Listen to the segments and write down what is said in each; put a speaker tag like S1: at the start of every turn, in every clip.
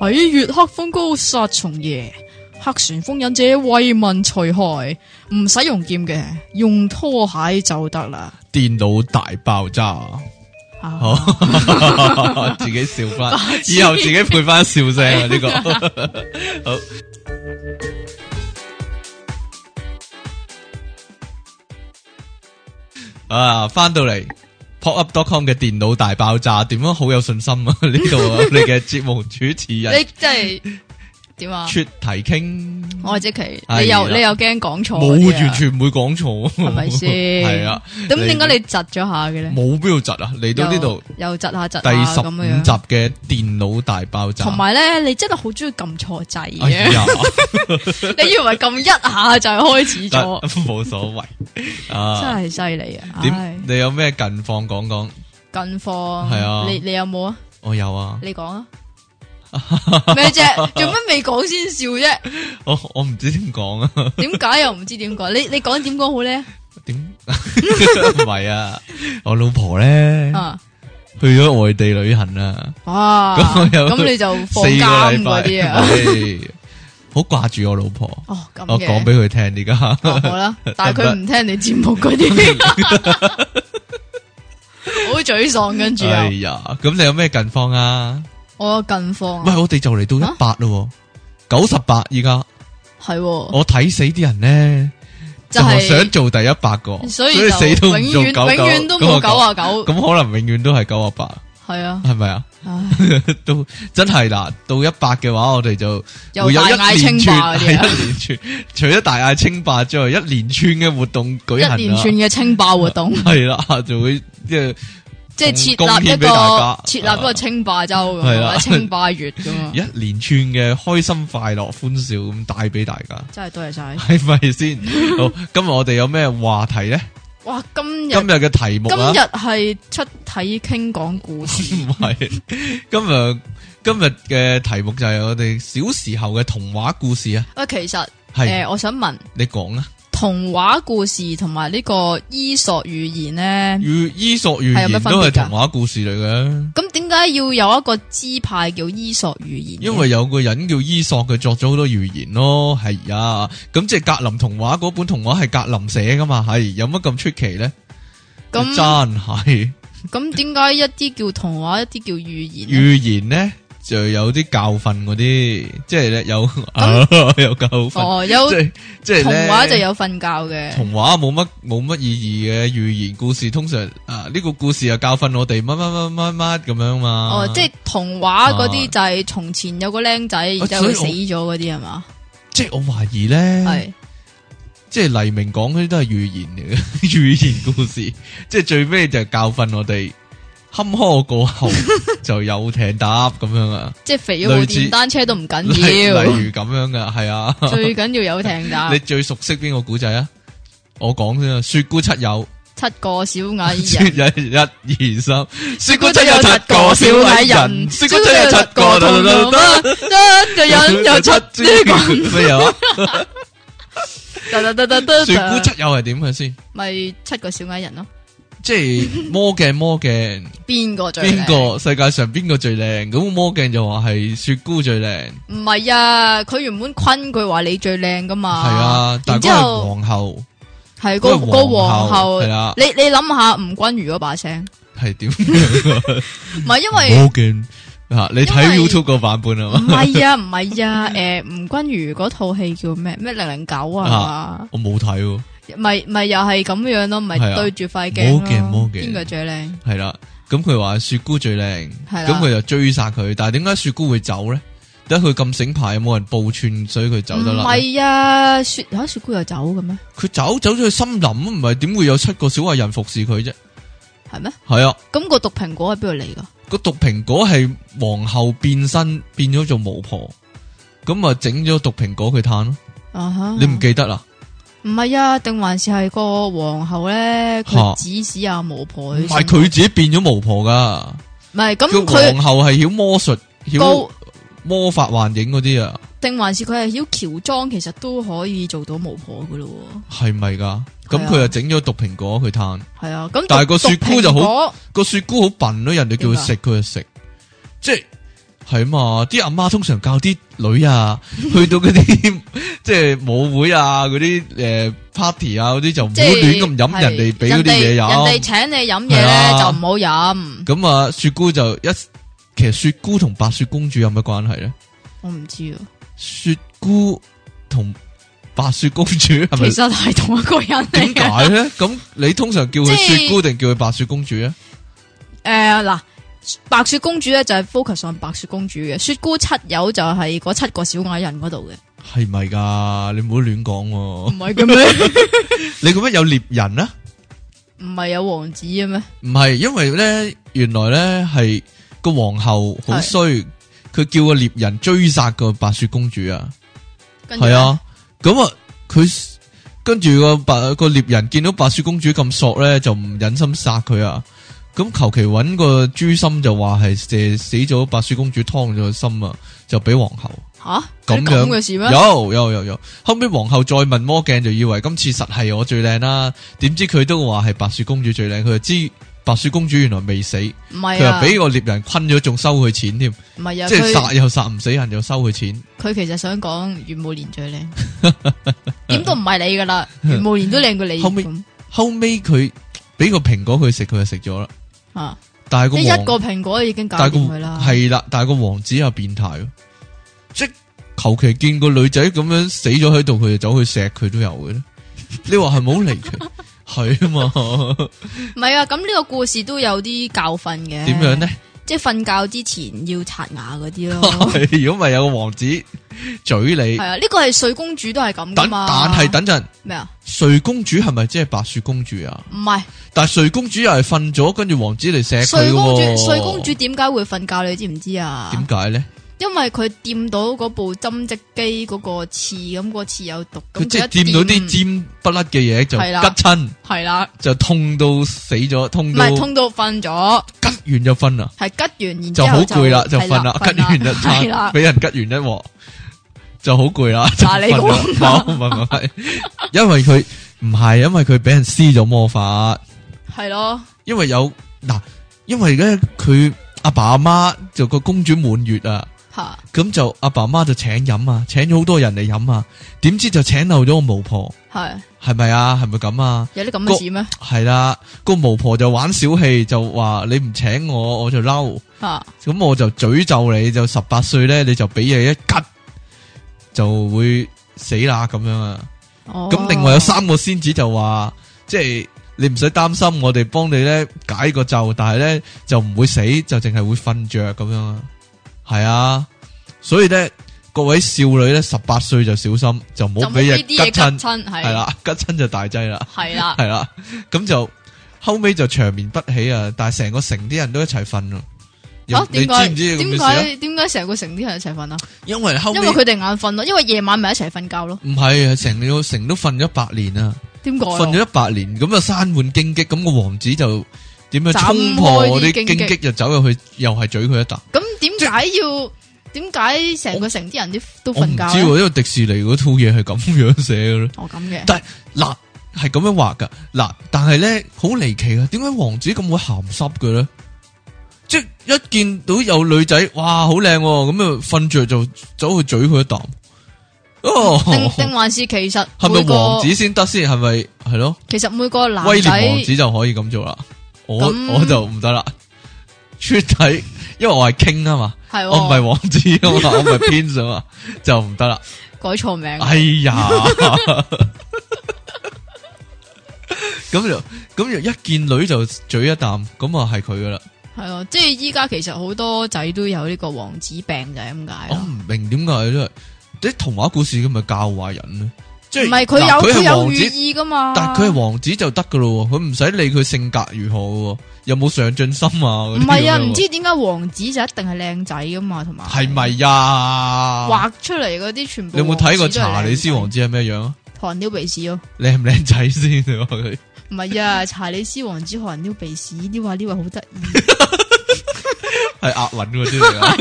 S1: 喺月黑風高殺蟲夜，黑旋風忍者為民除害，唔使用劍嘅，用拖鞋就得啦。
S2: 電腦大爆 炸，
S1: 啊
S2: 好自己笑翻，以後自己配翻笑聲啊！呢個好。啊，翻到嚟 popup.com 嘅電腦大爆炸，點樣好有信心啊？ 呢度 啊，你嘅節目主持人
S1: 你真係點 啊？
S2: 出題傾。
S1: 我係即奇，
S2: 係
S1: 你又
S2: 啦
S1: 你又驚講錯嗰
S2: 哎冇
S1: 啲啊，
S2: 完全唔會講錯，
S1: 係咪 先
S2: 係啊，
S1: 咁點解你窒咗下嘅咧？
S2: 冇邊度窒啊？嚟到呢度
S1: 又又窒下窒
S2: 第
S1: 下
S2: 十
S1: 咁
S2: 五
S1: 樣
S2: 集，嘅電腦大爆炸，
S1: 同埋咧，你真係好中意撳錯掣
S2: 哎
S1: 嘅，
S2: 呀，
S1: 你以為撳一下就開始
S2: 但
S1: 咗，
S2: 冇所謂
S1: 真
S2: 啊。
S1: 係犀利啊！唉
S2: 點？你有咩近況講講？
S1: 近況
S2: 係啊
S1: 你你有冇啊？
S2: 我有啊，
S1: 你講 啊？咩啫？做乜未講先笑啫？
S2: 我我唔知點講啊，
S1: 點解又唔知點講？你你講點講好咧？
S2: 點 唔係啊？我老婆咧
S1: 啊，
S2: 去咗外地旅行啊，
S1: 哇！
S2: 咁我有
S1: 咁你就
S2: 四
S1: 放
S2: 個
S1: 監
S2: 禮
S1: 嗰啲
S2: 拜，
S1: 啊？
S2: 唉好掛住我老婆，
S1: 哦，咁
S2: 我講
S1: 嘅
S2: 俾。佢聽而家。
S1: 哦好 啦，但係佢唔聽你節目嗰啲，好沮喪。跟住啊
S2: 哎
S1: 又
S2: 呀，咁你有咩近況啊？
S1: 我近況
S2: 喂，
S1: 啊
S2: 我哋就嚟到
S1: 啊
S2: 一百咯喎，九十八而家，
S1: 係喎，
S2: 我睇死啲人咧，
S1: 就
S2: 就
S1: 係
S2: 係想做第一百個，
S1: 所以
S2: 以
S1: 就
S2: 死都
S1: 永
S2: 唔做
S1: 遠
S2: 九
S1: 永遠都冇九啊九，
S2: 咁可能永遠都係九啊八，
S1: 係啊，
S2: 係咪啊？
S1: 唉，
S2: 都真係啦，到一百嘅話，我哋就
S1: 又
S2: 會有
S1: 大
S2: 一
S1: 嗌
S2: 連
S1: 清霸
S2: 串，
S1: 嗰
S2: 係
S1: 啲啊，
S2: 一連串，除咗大嗌清霸之外，一連串嘅活動舉行
S1: 一
S2: 啦
S1: 連串嘅清霸活動，
S2: 係啦，就會即係
S1: 即係
S2: 貢
S1: 設立一
S2: 獻俾
S1: 個
S2: 大家啊
S1: 設立一個清霸州咁，
S2: 係啦啊
S1: 或者清霸月咁 啊
S2: 一，連串嘅開心、快樂、歡笑咁帶俾大家。
S1: 真係多謝晒。
S2: 系咪先？好，今日我哋有咩話題 咧？
S1: 哇，今日
S2: 今日嘅題目
S1: 今
S2: 啊
S1: 日，係出體傾講故 事，
S2: 唔系今日今日嘅題目就係我哋小時候嘅童話故事啊。
S1: 喂，其實
S2: 係
S1: 誒，我想問。
S2: 你講啊，
S1: 童話故事同埋呢個伊索寓言呢，
S2: 與伊索寓
S1: 係有咩
S2: 言
S1: 分
S2: 都
S1: 別㗎
S2: 係童話故事嚟嘅，
S1: 咁點解要有一個支派叫伊索寓言嘅？
S2: 因為有個人叫伊索，佢作咗好多寓言咯。係啊，咁即係格林童話嗰本童話係格林寫噶嘛？係有乜咁出奇咧？真
S1: 咁
S2: 係
S1: 咁點解一啲叫童話，一啲叫寓言呢？
S2: 寓言咧，就有啲教訓嗰啲，即係咧有 有教訓。
S1: 哦，有
S2: 即係即係
S1: 童
S2: 話
S1: 話就有瞓覺嘅，
S2: 童話冇乜冇乜意義嘅寓言故事，通常啊呢、個故事啊教訓我哋乜乜乜乜乜咁樣嘛。
S1: 哦，即係童話嗰
S2: 哦
S1: 啲就係從前有個僆仔，然之後
S2: 所以
S1: 佢死
S2: 我
S1: 咗嗰啲係啊嘛？
S2: 即係我懷疑咧，
S1: 係
S2: 即係黎明講嗰啲都係寓言嚟嘅 寓言故事，即係最尾就係教訓我哋坎坷過 後就有艇搭咁樣啊，
S1: 即係肥咗部
S2: 類似
S1: 電單車都唔
S2: 例
S1: 緊
S2: 例
S1: 要，
S2: 如咁樣噶，係啊。
S1: 最啊緊要有艇打
S2: 你最熟悉邊個古仔啊？我講先啊，雪姑七友。
S1: 七個小矮
S2: 雪
S1: 人。
S2: 人一二三，雪
S1: 嗰
S2: 姑
S1: 度
S2: 真有七個小矮人，雪
S1: 雪
S2: 姑
S1: 糕
S2: 真有 七
S1: 同
S2: 個，得
S1: 得得個人 有七支棍，
S2: 咩啊？
S1: 得得得得 得，
S2: 雪姑七友係點嘅先？
S1: 咪七個小矮人咯。
S2: 即係魔鏡魔鏡，
S1: 邊個最靚？
S2: 邊個世界上邊個最靚？咁魔鏡就話係雪姑最靚，
S1: 唔係啊，佢原本坤佢話你最靚噶嘛。
S2: 係啊，但
S1: 然
S2: 係
S1: 之
S2: 嗰個係
S1: 後
S2: 皇后，
S1: 係
S2: 嗰
S1: 個
S2: 個
S1: 個
S2: 係
S1: 皇后
S2: 係。啊啦，
S1: 你你諗下吳君如嗰把聲，
S2: 係點樣啊？
S1: 唔係因 為
S2: 魔鏡啊，你
S1: 因為
S2: 睇 YouTube 個版本啊
S1: 唔
S2: 嘛？
S1: 係啊唔係 啊，誒吳君如嗰套戲叫咩咩零零九啊
S2: 啊，我冇睇喎，
S1: 咪咪又係咁樣咯，咪
S2: 係啊
S1: 對住塊鏡
S2: 魔鏡
S1: 咯
S2: 魔，鏡
S1: 邊個最靚？
S2: 係啦。咁佢話雪姑最靚，
S1: 係啦
S2: 咁佢就追殺佢。但係點解雪姑會走咧？得佢咁醒牌，冇人報串，所以佢走得
S1: 唔
S2: 啦。
S1: 係啊，雪吓雪姑又走嘅咩？
S2: 佢走走咗去森林，唔係點會有七個小矮人服侍佢啫？
S1: 係咩？
S2: 係啊，
S1: 咁、個毒蘋果喺邊度嚟噶？
S2: 個毒蘋果係皇后變身變咗做巫婆，咁啊整咗毒蘋果佢嘆咯。
S1: 啊哈！
S2: 你唔記得啦？
S1: 唔係啊？定還是係個皇后咧？
S2: 嚇
S1: 佢指使阿巫婆
S2: 唔
S1: 去
S2: 係
S1: 食
S2: 佢自己變咗巫婆噶，
S1: 唔係咁
S2: 個
S1: 佢
S2: 皇后係曉魔術、曉
S1: 高，
S2: 魔法幻影嗰啲啊，
S1: 定還是佢係曉喬裝，其實都可以做到巫婆噶咯喎。
S2: 係咪噶？咁
S1: 係啊
S2: 佢就整咗毒蘋果佢嘆。
S1: 係啊，咁
S2: 但係
S1: 毒
S2: 個雪姑就好
S1: 毒蘋果啊
S2: 個雪姑好笨咯，人哋叫佢食佢就食，即係系嘛？啲阿媽通常教啲女啊， 去到嗰啲 即係舞會啊，嗰啲诶 party 啊，嗰啲就唔好
S1: 即係
S2: 亂咁飲人哋俾嗰啲
S1: 人哋
S2: 嘢
S1: 人哋
S2: 飲。
S1: 請你飲嘢
S2: 係
S1: 咧
S2: 啊
S1: 就唔好飲，
S2: 咁啊，雪姑就一其實雪姑同白雪公主有咩關係咧？
S1: 我唔知啊，
S2: 雪姑同白雪公主係
S1: 其
S2: 咪？
S1: 實係同一個人嚟
S2: 點
S1: 嘅。
S2: 解咧？咁你通常叫佢
S1: 即係
S2: 雪姑定叫佢白雪公主啊？
S1: 诶嗱、白雪公主咧就係 focus on 白雪公主嘅，雪姑七友就係嗰七個小矮人嗰度嘅，
S2: 係咪噶？你唔好亂講
S1: 唔
S2: 喎！
S1: 係嘅咩？
S2: 你咁樣有獵人啊？
S1: 唔係有王子嘅咩？
S2: 唔系，因为咧，原来咧系个皇后好衰，佢叫个猎人追杀个白雪公主啊，
S1: 跟住
S2: 系
S1: 呢，
S2: 啊，咁啊，佢跟住个白个猎人见到白雪公主咁索咧，就唔忍心杀佢啊，咁求其揾个猪心就话系射死咗白雪公主，劏咗個心啊，就俾皇后。
S1: 吓
S2: 咁
S1: 有啲
S2: 樣
S1: 咁嘅事咩？
S2: 有有有有，后尾皇后再問魔鏡，就以為今次實係我最靚啦，點知佢都話係白雪公主最靚，佢就知白雪公主原來未死，佢
S1: 唔係
S2: 又
S1: 啊，
S2: 俾個獵人昆咗，仲收佢錢添，
S1: 唔係啊，
S2: 即係殺
S1: 佢
S2: 又殺唔死人，又收佢錢。
S1: 佢其實想講袁慕蓮最靚， 點都唔係你噶啦，袁慕蓮都靚過你
S2: 後尾
S1: 咁
S2: 後尾佢俾個蘋果佢食，佢就食咗啦。
S1: 啊！
S2: 但係
S1: 呢
S2: 個
S1: 一個
S2: 王
S1: 蘋果已經搞
S2: 但係
S1: 掂
S2: 個
S1: 佢啦，
S2: 係啦，但係個王子又變態咯，即係求其見個女仔咁樣死咗喺度，佢就走去錫佢都有嘅咧。你話係咪好 離奇？係啊嘛，
S1: 唔係啊？咁呢個故事都有啲教訓嘅，
S2: 點樣呢？？
S1: 即係瞓覺之前要刷牙嗰啲咯。
S2: 如果唔系有個王子嘴你
S1: 系，啊，呢個係睡公主都係咁噶
S2: 等
S1: 嘛。
S2: 但係等陣，
S1: 咩啊？
S2: 睡公主係咪即係白雪公主啊？
S1: 唔係
S2: 但係睡公主又係瞓咗，跟住王子嚟錫佢
S1: 睡公
S2: 喎。
S1: 主，睡公主點解會瞓覺？你知唔知啊
S2: 點？解咧？
S1: 因為佢掂到嗰部針織機嗰個刺，咁個刺有毒，咁
S2: 佢即係
S1: 係
S2: 掂到啲尖不甩嘅嘢就
S1: 係啦
S2: 吉親，
S1: 係啦，
S2: 就痛到死咗，痛
S1: 唔
S2: 到
S1: 係痛到瞓咗，
S2: 吉完就瞓啦，
S1: 係吉完然之
S2: 就好
S1: 後
S2: 攰啦，就
S1: 係
S2: 瞓啦， 吉完就
S1: 係 啦，
S2: 俾人吉完一鑊，就好 攰啦。就
S1: 嗱你
S2: 瞓啦
S1: 講啊
S2: 冇唔係唔係，因為佢唔係因為佢俾人施咗魔法。
S1: 係咯，
S2: 因为有嗱，因为咧佢阿爸阿妈就个公主满月啊，
S1: 吓
S2: 咁就阿爸阿妈就请饮啊，请咗好多人嚟饮啊，点知就请漏咗个巫婆，
S1: 係
S2: 系咪啊？系咪咁啊？
S1: 有啲咁
S2: 個
S1: 嘅事咩？
S2: 系啦，个巫婆就玩小气，就话你唔请我，我就嬲，
S1: 吓
S2: 咁我就诅咒你，就十八岁咧，你就俾嘢一吉，就会死啦咁样啊！咁、
S1: 咁
S2: 另外有三個仙子就話，即係你唔使擔心，我哋幫你咧解個咒，但係咧就唔會死，就淨係會瞓着咁樣啊。係啊，所以咧各位少女咧十八歲就小心，就唔
S1: 就
S2: 好
S1: 冇
S2: 俾
S1: 呢
S2: 人吉
S1: 啲嘢吉
S2: 親，
S1: 親係
S2: 係，啦，吉親就大劑啦，
S1: 係啦，
S2: 係啦，咁就後尾就長眠不起啊，但係成個城啲人都一齊瞓咯。有
S1: 啊
S2: 你
S1: 點
S2: 知
S1: 解
S2: 唔知咁
S1: 點
S2: 嘅事啊？
S1: 解點解成個城啲人一齊瞓啊？
S2: 因為後
S1: 因
S2: 尾
S1: 為佢哋眼瞓咯，因為夜晚咪一齊瞓覺咯。
S2: 唔係係成個城都瞓咗百年啊！
S1: 點講啊？
S2: 瞓咗一百年，咁啊山滿荊棘，咁個王子就點樣
S1: 斬
S2: 衝破嗰
S1: 開
S2: 啲
S1: 啲荊棘
S2: 荊棘，就走入去，又係嘴佢一啖。
S1: 咁點解要？點解成個城啲人都都
S2: 我唔
S1: 瞓
S2: 知
S1: 覺
S2: 喎，
S1: 咧？
S2: 因為迪士尼嗰套嘢係咁樣寫嘅咯。
S1: 哦咁嘅，
S2: 但係嗱係咁樣畫噶，嗱但係咧好離奇啊！點解王子咁會鹹濕嘅咧？即係一見到有女仔，哇好靚喎，咁啊瞓着就走去嘴佢一啖。哦，
S1: 定定還是其實
S2: 係
S1: 每
S2: 咪王
S1: 個
S2: 子先得先？係咪係咯？
S1: 其實每個男
S2: 威廉王
S1: 仔
S2: 子就可以咁做啦，我
S1: 咁
S2: 我就唔得啦，出體，因為我係 king 啊嘛，
S1: 係喎
S2: 我唔係王子啊 嘛，我唔係 prince 啊嘛，就唔得啦。
S1: 改錯名，
S2: 哎呀， 咁就咁就一見女就嘴一啖，咁啊係佢噶啦。
S1: 係咯，即係依家其實好多仔都有呢個王子病就係咁解
S2: 我
S1: 咯
S2: 唔。明點解咧，啲童話故事咁咪教壞人咧，即係
S1: 唔係佢
S2: 嗱
S1: 有
S2: 佢
S1: 佢
S2: 係
S1: 有
S2: 王
S1: 寓
S2: 子，
S1: 意噶啊嘛？
S2: 但佢係王子就得噶咯喎，佢唔使理佢性格如何喎，有冇上進心啊？
S1: 唔
S2: 嗰啲
S1: 係啊？
S2: 咁樣喎
S1: 唔知點解王子就一定係靚仔噶嘛？同埋
S2: 系咪呀？
S1: 畫出嚟嗰啲全部
S2: 你有冇睇過
S1: 王子都係
S2: 查理斯
S1: 靚仔
S2: 王子係咩樣啊？
S1: 韓撩鼻屎咯？
S2: 靚唔靚仔先？你話佢
S1: 唔係啊， 查理斯王子韓撩鼻屎，呢話呢話好得意。
S2: 係押韻嗰 啲嚟啊？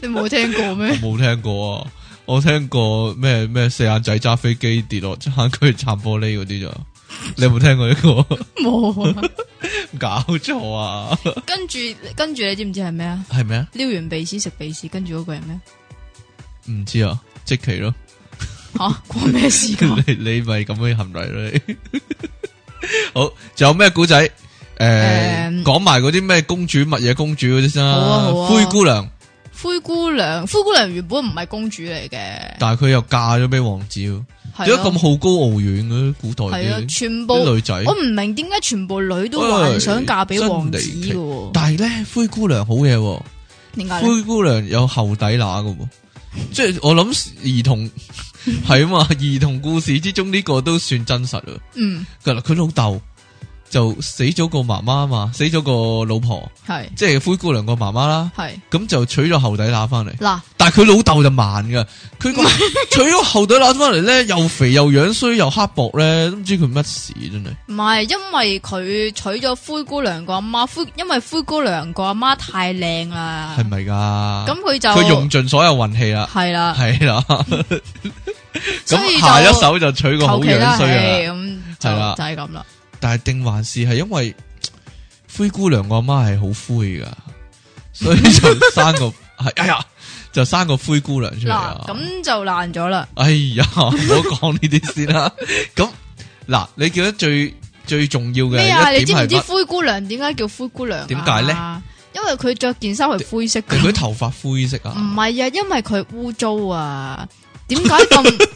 S1: 你冇聽過
S2: 我
S1: 咩？
S2: 冇聽過啊！我聽過咩咩四眼仔揸飛機跌落坑渠插玻璃嗰啲咋？你有冇聽過呢個？
S1: 冇啊！
S2: 唔搞錯啊？
S1: 跟住跟住你知唔知係咩啊？
S2: 係咪啊？
S1: 撩完鼻屎食鼻屎，跟住嗰個係 咩？
S2: 唔知啊，即 期咯，
S1: 吓關咩事噶？
S2: 你你咪咁樣行為咯。你 好，仲有咩古仔？诶
S1: 誒，
S2: 講埋嗰啲咩公主乜嘢公主嗰啲先
S1: 好啊
S2: 啦
S1: 好。啊
S2: 灰姑娘，
S1: 灰姑娘，灰姑娘原本唔係公主嚟嘅，
S2: 但係佢又嫁咗俾王子喎，
S1: 係
S2: 點解咁
S1: 咯
S2: 好高傲遠嘅古代
S1: 係啊，
S2: 啲
S1: 全部
S2: 啲女仔？
S1: 我唔明點解全部女都幻想嫁俾王子
S2: 唉真離
S1: 嘅，
S2: 但係咧，灰姑娘好嘢喎。
S1: 點解咧？
S2: 灰姑娘有後底乸噶 喎，即係我諗兒童 係啊嘛，兒童故事之中呢個都算真實啊。
S1: 嗯，
S2: 佢佢老豆就死咗個媽媽嘛，死咗個老婆，
S1: 係
S2: 即係灰姑娘個媽媽啦。
S1: 係
S2: 咁就娶咗後底乸翻嚟，
S1: 嗱，
S2: 但係佢老豆就慢噶，佢個娶咗後底乸翻嚟咧，又肥又樣衰又刻薄咧，都唔知佢乜事真係。
S1: 唔係因為佢娶咗灰姑娘個阿媽，灰因為灰姑娘個阿媽太靚啦，
S2: 係咪噶？
S1: 咁佢就
S2: 佢用盡所有運氣啦，
S1: 係啦，
S2: 係啦。
S1: 所以就
S2: 咁下一手就娶個好
S1: 求其啦，
S2: 樣衰嘅啦。
S1: 係咁就
S2: 係啦
S1: 就係咁啦，
S2: 但系定還是係因為呃灰姑娘個阿媽係好灰噶，所以就生 個係哎呀，就生個灰姑娘出嚟
S1: 嗱
S2: 啊！
S1: 咁就爛咗啦，
S2: 哎呀，唔好講呢啲先啦。咁嗱，你記得最最重要嘅
S1: 咩啊？
S2: 一
S1: 你知
S2: 點
S1: 唔
S2: 係
S1: 知
S2: 乜？
S1: 灰姑娘點解叫灰姑娘啊？
S2: 點解咧
S1: 因為佢着件衫係灰色
S2: 係佢
S1: 㗎。
S2: 頭髮灰色
S1: 唔
S2: 啊，
S1: 係啊，因為佢污糟啊。點解咁？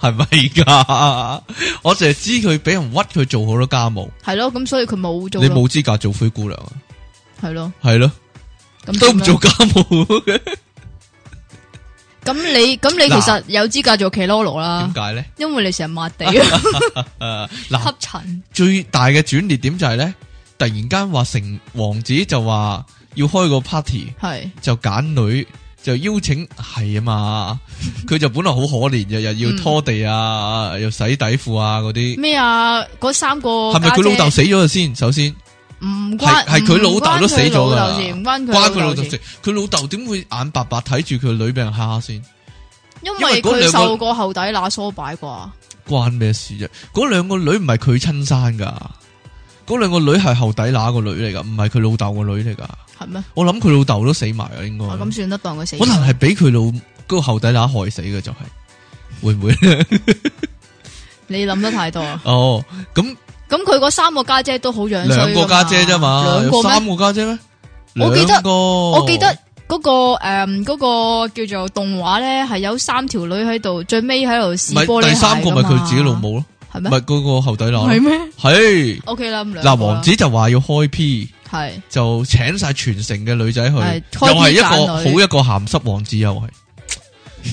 S2: 係咪噶？ 我淨係知佢俾人屈佢做好多家務，
S1: 係咯，咁所以佢冇污糟
S2: 你
S1: 咯。
S2: 冇資格做灰姑娘啊，
S1: 係咯，
S2: 係咯，
S1: 咁
S2: 都唔
S1: 點
S2: 做
S1: 啊。
S2: 家務嘅，
S1: 咁你咁你
S2: 嗱
S1: 其實有資格做騎羅羅啦
S2: 點，解咧？
S1: 因為你成日抹 地
S2: 诶，嗱
S1: 吸。塵。
S2: 最大嘅轉捩點就係咧，突然間話成王子就話要開個 party，
S1: 係
S2: 就揀女，就邀請係啊 嘛。佢就本來好可憐，日日要拖地啊，又洗底褲啊嗰啲。
S1: 咩啊？嗰三個
S2: 係咪佢
S1: 嗯
S2: 老豆
S1: 家姐
S2: 死咗先？首先
S1: 唔
S2: 係
S1: 關
S2: 係佢老豆都死咗
S1: 唔關佢
S2: 㗎
S1: 老
S2: 啦
S1: 豆事，唔關
S2: 關佢老
S1: 豆
S2: 豆
S1: 事
S2: 事，，佢老豆點會眼白白睇住佢女俾人蝦先？
S1: 因
S2: 因為
S1: 為
S2: 嗰
S1: 佢
S2: 兩個
S1: 受過後底乸梳擺啩。
S2: 關咩事啫？嗰兩個女唔係佢親生噶，嗰兩個女係後底乸個女嚟噶，唔係佢老豆個女嚟噶。
S1: 係咩？
S2: 我諗佢老豆都死埋啊，應該。
S1: 啊咁算得當佢死咗。
S2: 可能系俾佢老嗰個後底乸害死嘅，就係會唔會 咧？
S1: 你諗得太多啦。
S2: 哦，咁
S1: 咁佢嗰三個家姐都好樣衰
S2: 兩個
S1: 個
S2: 家姐啫嘛，
S1: 兩
S2: 有
S1: 個咩？
S2: 三個家姐咩？
S1: 我記得
S2: 兩個，我
S1: 我記得嗰、個誒嗰、個叫做動畫咧，係有三條女喺度，最尾喺度
S2: 咪
S1: 試玻璃
S2: 第三
S1: 個
S2: 個咪佢自己老，母咯，
S1: 係
S2: 咪
S1: 咩？
S2: 嗰個後底乸
S1: 係
S2: 咯。
S1: 咩
S2: 係
S1: ？O K 啦，咁兩個啦
S2: 嗱，王子就話要開 P，
S1: 係
S2: 就請晒全城嘅女仔去，
S1: 係
S2: 又
S1: 開 P
S2: 係一個
S1: 揀女
S2: 好一個鹹濕王子又係，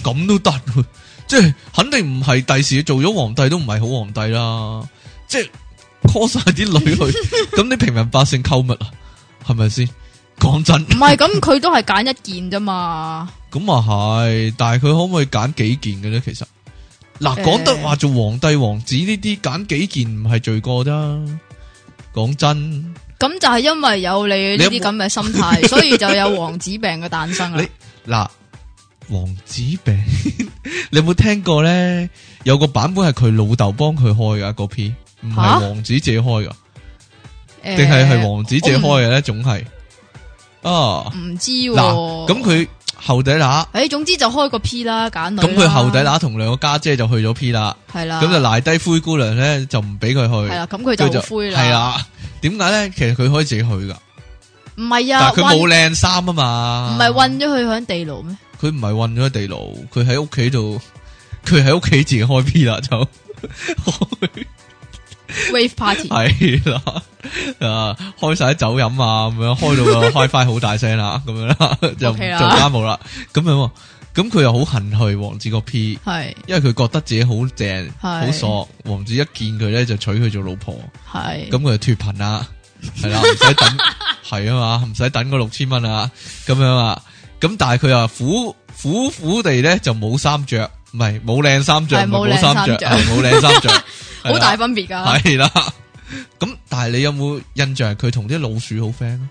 S2: 咁都得喎，即係肯定唔係第時做咗皇帝都唔係好皇帝啦，即係 call 晒啲女 去，咁你平民百姓購物啊，係咪先？講真，
S1: 唔係咁？佢都係揀一件啫嘛，
S2: 咁啊係，但係佢可唔可以揀幾件嘅咧？其實嗱，
S1: 誒
S2: 講得話做皇帝王子呢啲揀幾件唔係罪過啫，講真。
S1: 咁就係因為有你呢
S2: 你
S1: 啲
S2: 有冇
S1: 咁嘅心 態，所以就有王子病嘅誕生啊啦
S2: 你。嗱，王子病， 你有冇听过咧？有个版本系佢老豆帮佢开噶嗰篇，唔系
S1: 吓
S2: 王子自己开噶，
S1: 定
S2: 定系系王子自己开嘅咧？总系啊，
S1: 唔知
S2: 嗱，
S1: 喎。
S2: 咁佢後底乸，
S1: 誒，總之就開個 P 啦，揀女啦。
S2: 咁佢後底乸同兩個家姐就去咗 P 啦，
S1: 係啦，
S2: 咁就賴低灰姑娘咧就唔俾佢
S1: 啊係啦，
S2: 去，
S1: 咁佢就好灰啦。
S2: 係，啊啦，點解咧？其實佢可以自己去噶，
S1: 唔係
S2: 但
S1: 啊，
S2: 係佢冇靚衫啊嘛，
S1: 唔係韞咗佢喺地牢咩？
S2: 佢唔係混咗地牢，佢喺屋企度，佢喺屋企自己開 P 啦， 就
S1: wave party
S2: 係啦，啊，開晒酒飲啊，咁樣開到個 HiFi 好大聲啦，咁樣啦，就唔
S1: OK 啦
S2: 做家務啦，咁樣喎，咁佢又好恨去王子個 P，
S1: 係
S2: 因為佢覺得自己好正，好
S1: 係
S2: 索，王子一見佢咧就娶佢做老婆，
S1: 係
S2: 咁佢就脱貧 啦，係啦，唔使等，係啊嘛，唔使等嗰六千蚊啊，咁樣啊，咁但係佢又苦苦苦地咧就冇衫着，唔係冇靚衫着，
S1: 係
S2: 唔係冇
S1: 冇靚
S2: 衫
S1: 衫
S2: 着，
S1: 着
S2: 係 冇靚衫着，
S1: 好大分別㗎。
S2: 係啦。咁但係你有冇印象佢同啲老鼠好 friend 啊？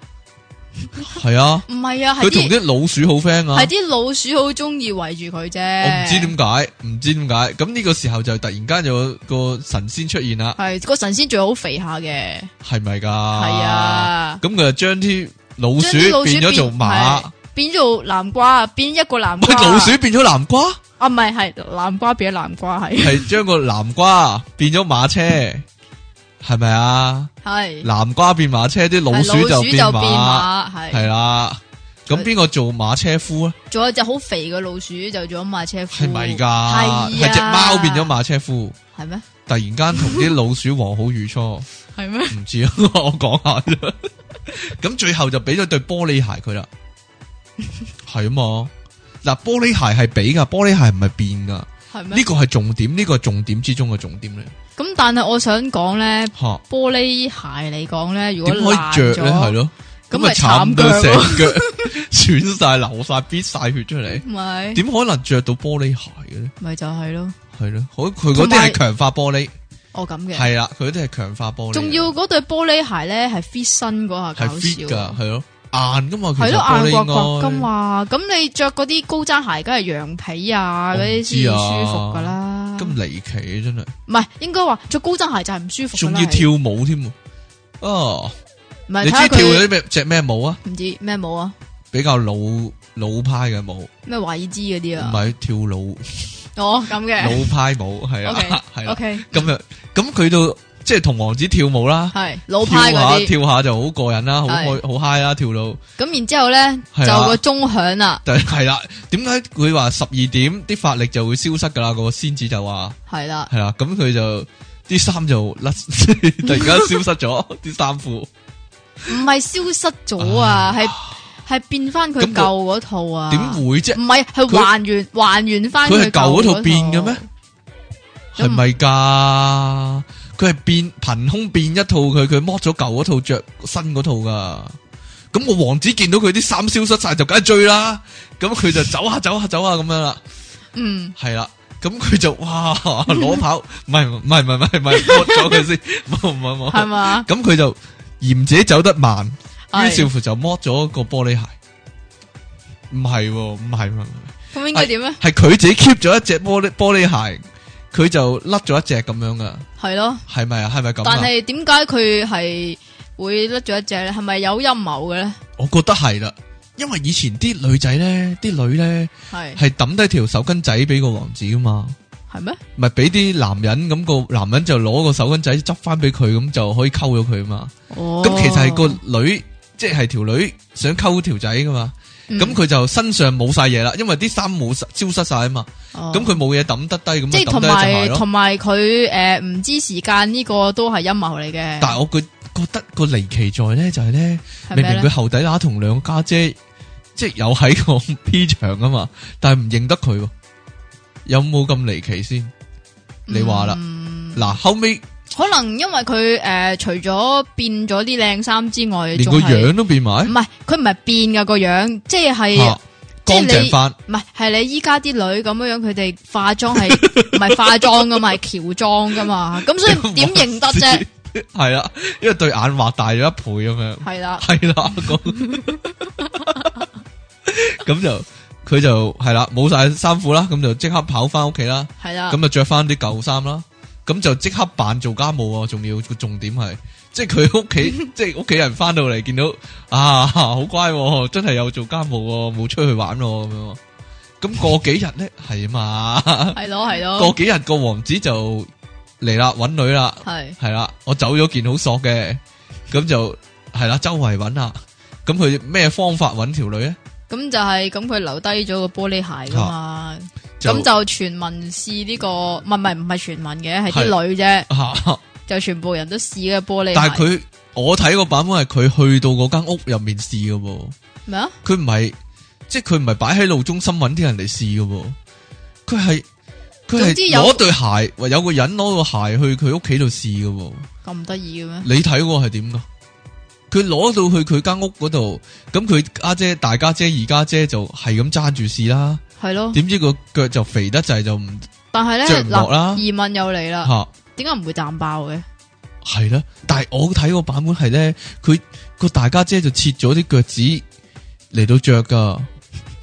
S2: 系啊，
S1: 唔系啊，系
S2: 佢同
S1: 啲
S2: 啲老鼠好 friend 啊
S1: 系。啲老鼠好中意围住佢啫。
S2: 我唔知
S1: 点
S2: 点解，唔知点解。咁呢个时候就突然间有个神仙出现啦，
S1: 系个神仙最好肥下嘅，系
S2: 系咪噶？系。
S1: 啊，
S2: 咁佢就将啲老
S1: 將啲老鼠
S2: 鼠变咗做马，
S1: 係变做南瓜，变一个南
S2: 喂，
S1: 瓜。
S2: 老鼠变咗南瓜，
S1: 啊，唔系系南瓜变咗南瓜，系
S2: 系将个南瓜变咗马车，系咪啊？
S1: 系
S2: 南瓜变马车，啲老鼠就变
S1: 变马，
S2: 马，系
S1: 系
S2: 啦。咁边个做马车夫咧？
S1: 仲有只好肥嘅老鼠就做咗马车夫，
S2: 系咪噶？
S1: 系
S2: 系只猫变咗，马车夫，
S1: 系咩？
S2: 突然间同啲老鼠和好如初，
S1: 系咩？
S2: 唔知啊， 我讲下啫。咁最后就俾咗对玻璃鞋佢啦，系啊嘛。嗱，玻璃鞋系俾噶，玻璃鞋唔系变噶。
S1: 系
S2: 呢
S1: 咩？
S2: 个系重点，呢、個个係重点之中嘅重点咧。
S1: 咁但系我想讲咧，
S2: 吓，
S1: 玻璃鞋嚟讲咧，如
S2: 点
S1: 果
S2: 可以
S1: 爛
S2: 着咧？
S1: 咗
S2: 系，咯，
S1: 咁
S2: 咁啊
S1: 咪
S2: 惨
S1: 慘
S2: 到
S1: 腳
S2: 成
S1: 咯
S2: 脚 損晒、流晒、必晒血出嚟，
S1: 咪
S2: 点可能着到玻璃鞋嘅咧？
S1: 咪就系咯，
S2: 系咯，好佢嗰
S1: 同
S2: 啲
S1: 埋
S2: 系強化玻璃，
S1: 我咁嘅。
S2: 係啦，佢嗰啲係強化玻璃嚟嘅，
S1: 仲要嗰對玻璃鞋咧係 fit 身嗰下搞
S2: 係 fit
S1: 笑啊
S2: 噶，，係咯，硬噶嘛，其
S1: 係
S2: 實
S1: 咯硬
S2: 玻璃
S1: 刮刮噶
S2: 應該。
S1: 嘛。咁你着嗰啲高踭鞋，梗係羊皮啊
S2: 我
S1: 嗰
S2: 唔
S1: 啲
S2: 知
S1: 先
S2: 啊
S1: 舒服噶啦。
S2: 咁離奇啊真係，
S1: 唔係應該話着高踭鞋就係唔舒服㗎
S2: 仲
S1: 啦。
S2: 要
S1: 係
S2: 跳舞添喎。哦，
S1: 唔係
S2: 你
S1: 睇
S2: 知
S1: 下
S2: 跳咗
S1: 佢
S2: 啲咩只咩舞啊？
S1: 唔知咩舞啊，
S2: 比較老老派嘅舞，唔
S1: 咩華爾茲嗰啲啊。
S2: 係跳 老。
S1: 哦咁嘅
S2: 老派舞系 啊
S1: OK，
S2: 系啦，
S1: ，OK
S2: 咁樣咁佢到即係同王子跳舞啦，
S1: 係老
S2: 跳
S1: 派
S2: 下
S1: 嗰啲。
S2: 跳下就好過癮啦，好
S1: 係
S2: 開好 high 啦，跳到
S1: 咁然之後咧
S2: 係
S1: 就
S2: 啊
S1: 有個鐘響啦，
S2: 但係啦，點解佢話十二點啲法力就會消失㗎啦？個仙子就話
S1: 係啦，
S2: 係啦，咁佢就啲衫就甩， 突然間消失咗啲衫褲，
S1: 唔係消失咗啊，係係變翻佢
S2: 咁
S1: 舊
S2: 個
S1: 嗰套啊。
S2: 點會啫？
S1: 唔系，系
S2: 佢
S1: 还原还原翻
S2: 佢係
S1: 旧
S2: 舊嗰
S1: 嗰
S2: 套變嘅咩？係咪㗎？佢係變憑空變一套佢，佢剝咗舊嗰套着新嗰套噶。咁個王子見到佢啲衫消失晒，就梗係追啦。咁佢就走下走下走下咁樣啦，
S1: 嗯，
S2: 係啦。咁佢就哇攞跑，唔係唔係唔係唔係唔係 剝咗佢先，冇冇冇。
S1: 系嘛？
S2: 咁佢就嫌自己走得慢， 於
S1: 係
S2: 是乎就剝咗個玻璃鞋。唔係喎，唔係唔係。唔係
S1: 咁应该点咧？
S2: 系佢自己 keep 咗一只玻璃玻璃鞋，佢就甩咗一只咁样噶，
S1: 系咯，
S2: 系咪啊？系咪咁
S1: 但
S2: 啊？
S1: 系点解佢系会甩咗一只咧？系咪有阴谋嘅咧？
S2: 我觉得系啦，因为以前啲女仔咧，啲女咧
S1: 系
S2: 系抌低条手巾仔俾个王子噶嘛，
S1: 系咩？
S2: 咪俾啲男人咁、个男人就攞个手巾仔执翻俾佢，咁就可以沟咗佢嘛。
S1: 哦，
S2: 咁、其实系个女，即系条女想沟条仔噶嘛，咁
S1: 嗯
S2: 佢、就身上冇晒嘢啦，因为啲衫冇晒消失晒啊嘛，
S1: 哦
S2: 咁佢冇嘢抌得低，咁
S1: 即系
S2: 就抌
S1: 同
S2: 低一隻
S1: 埋
S2: 鞋咯。
S1: 同埋佢诶唔知时间呢个都系阴谋嚟嘅。
S2: 但系我覺觉得個離奇在咧，就係咧，
S1: 係
S2: 明
S1: 咩咧
S2: 明佢後底乸同兩家姐即係有喺個 P 場啊嘛，但係唔認得佢喎，有冇咁離奇先？你話啦，
S1: 嗯
S2: 嗱後尾
S1: 可能因为佢诶除咗变咗啲靓衫之外，
S2: 連
S1: 仲
S2: 個
S1: 係
S2: 樣都變埋
S1: 唔，系佢唔系变噶个样，即系。
S2: 吓
S1: 即係
S2: 乾
S1: 你
S2: 淨翻，
S1: 唔系，系你依家啲女咁樣样，佢哋化妝 係唔係化妝噶嘛，係喬裝噶嘛， 咁所以點認得啫？
S2: 係啦，因為對眼畫大咗一倍咁 樣，
S1: 係啦，
S2: 係啦，咁咁就佢就係啦，冇晒衫褲啦，咁就即刻跑翻屋企啦。
S1: 係啦，
S2: 咁就着翻啲舊衫啦，咁就即刻扮做家務啊！仲要個重點係，即係佢屋 企，即係屋企人翻到嚟見到啊，好乖、喎，真係有做家務喎、冇出去玩喎咁、樣。咁過幾日咧，係嘛？
S1: 係咯，係
S2: 過
S1: 咯，
S2: 幾日個王子就嚟啦，揾女啦，
S1: 係
S2: 係啦，我走咗件好索嘅，咁就係啦，周圍揾啦。咁佢咩方法揾條女咧？
S1: 咁就係咁，佢留低咗個玻璃鞋噶嘛，咁就全民試呢個，唔係唔係唔係全民嘅，係啲女啫，
S2: 吓。
S1: 就全部人都試嘅玻璃
S2: 但係
S1: 鞋。
S2: 佢我睇個版本係佢去到嗰間屋入面試嘅喎。
S1: 咩啊？
S2: 佢唔系，即系佢唔系摆喺路中心揾啲人嚟试噶喎，佢系佢
S1: 總
S2: 系
S1: 之有
S2: 攞对鞋，或有个人攞个鞋去佢屋企度试噶喎。
S1: 咁得意嘅咩？
S2: 你睇过系点噶？佢攞到去佢间屋嗰度，咁佢家姐、大家姐、二家姐就系咁揸住試啦。
S1: 係咯，
S2: 点知个腳就肥得滯，就唔
S1: 但係咧
S2: 着唔落啦
S1: 嗱，疑問又嚟啦，
S2: 吓
S1: 點解唔會彈爆嘅？
S2: 係啦。但係我睇個版本係咧，佢個大家姐就切咗啲腳趾嚟到着噶。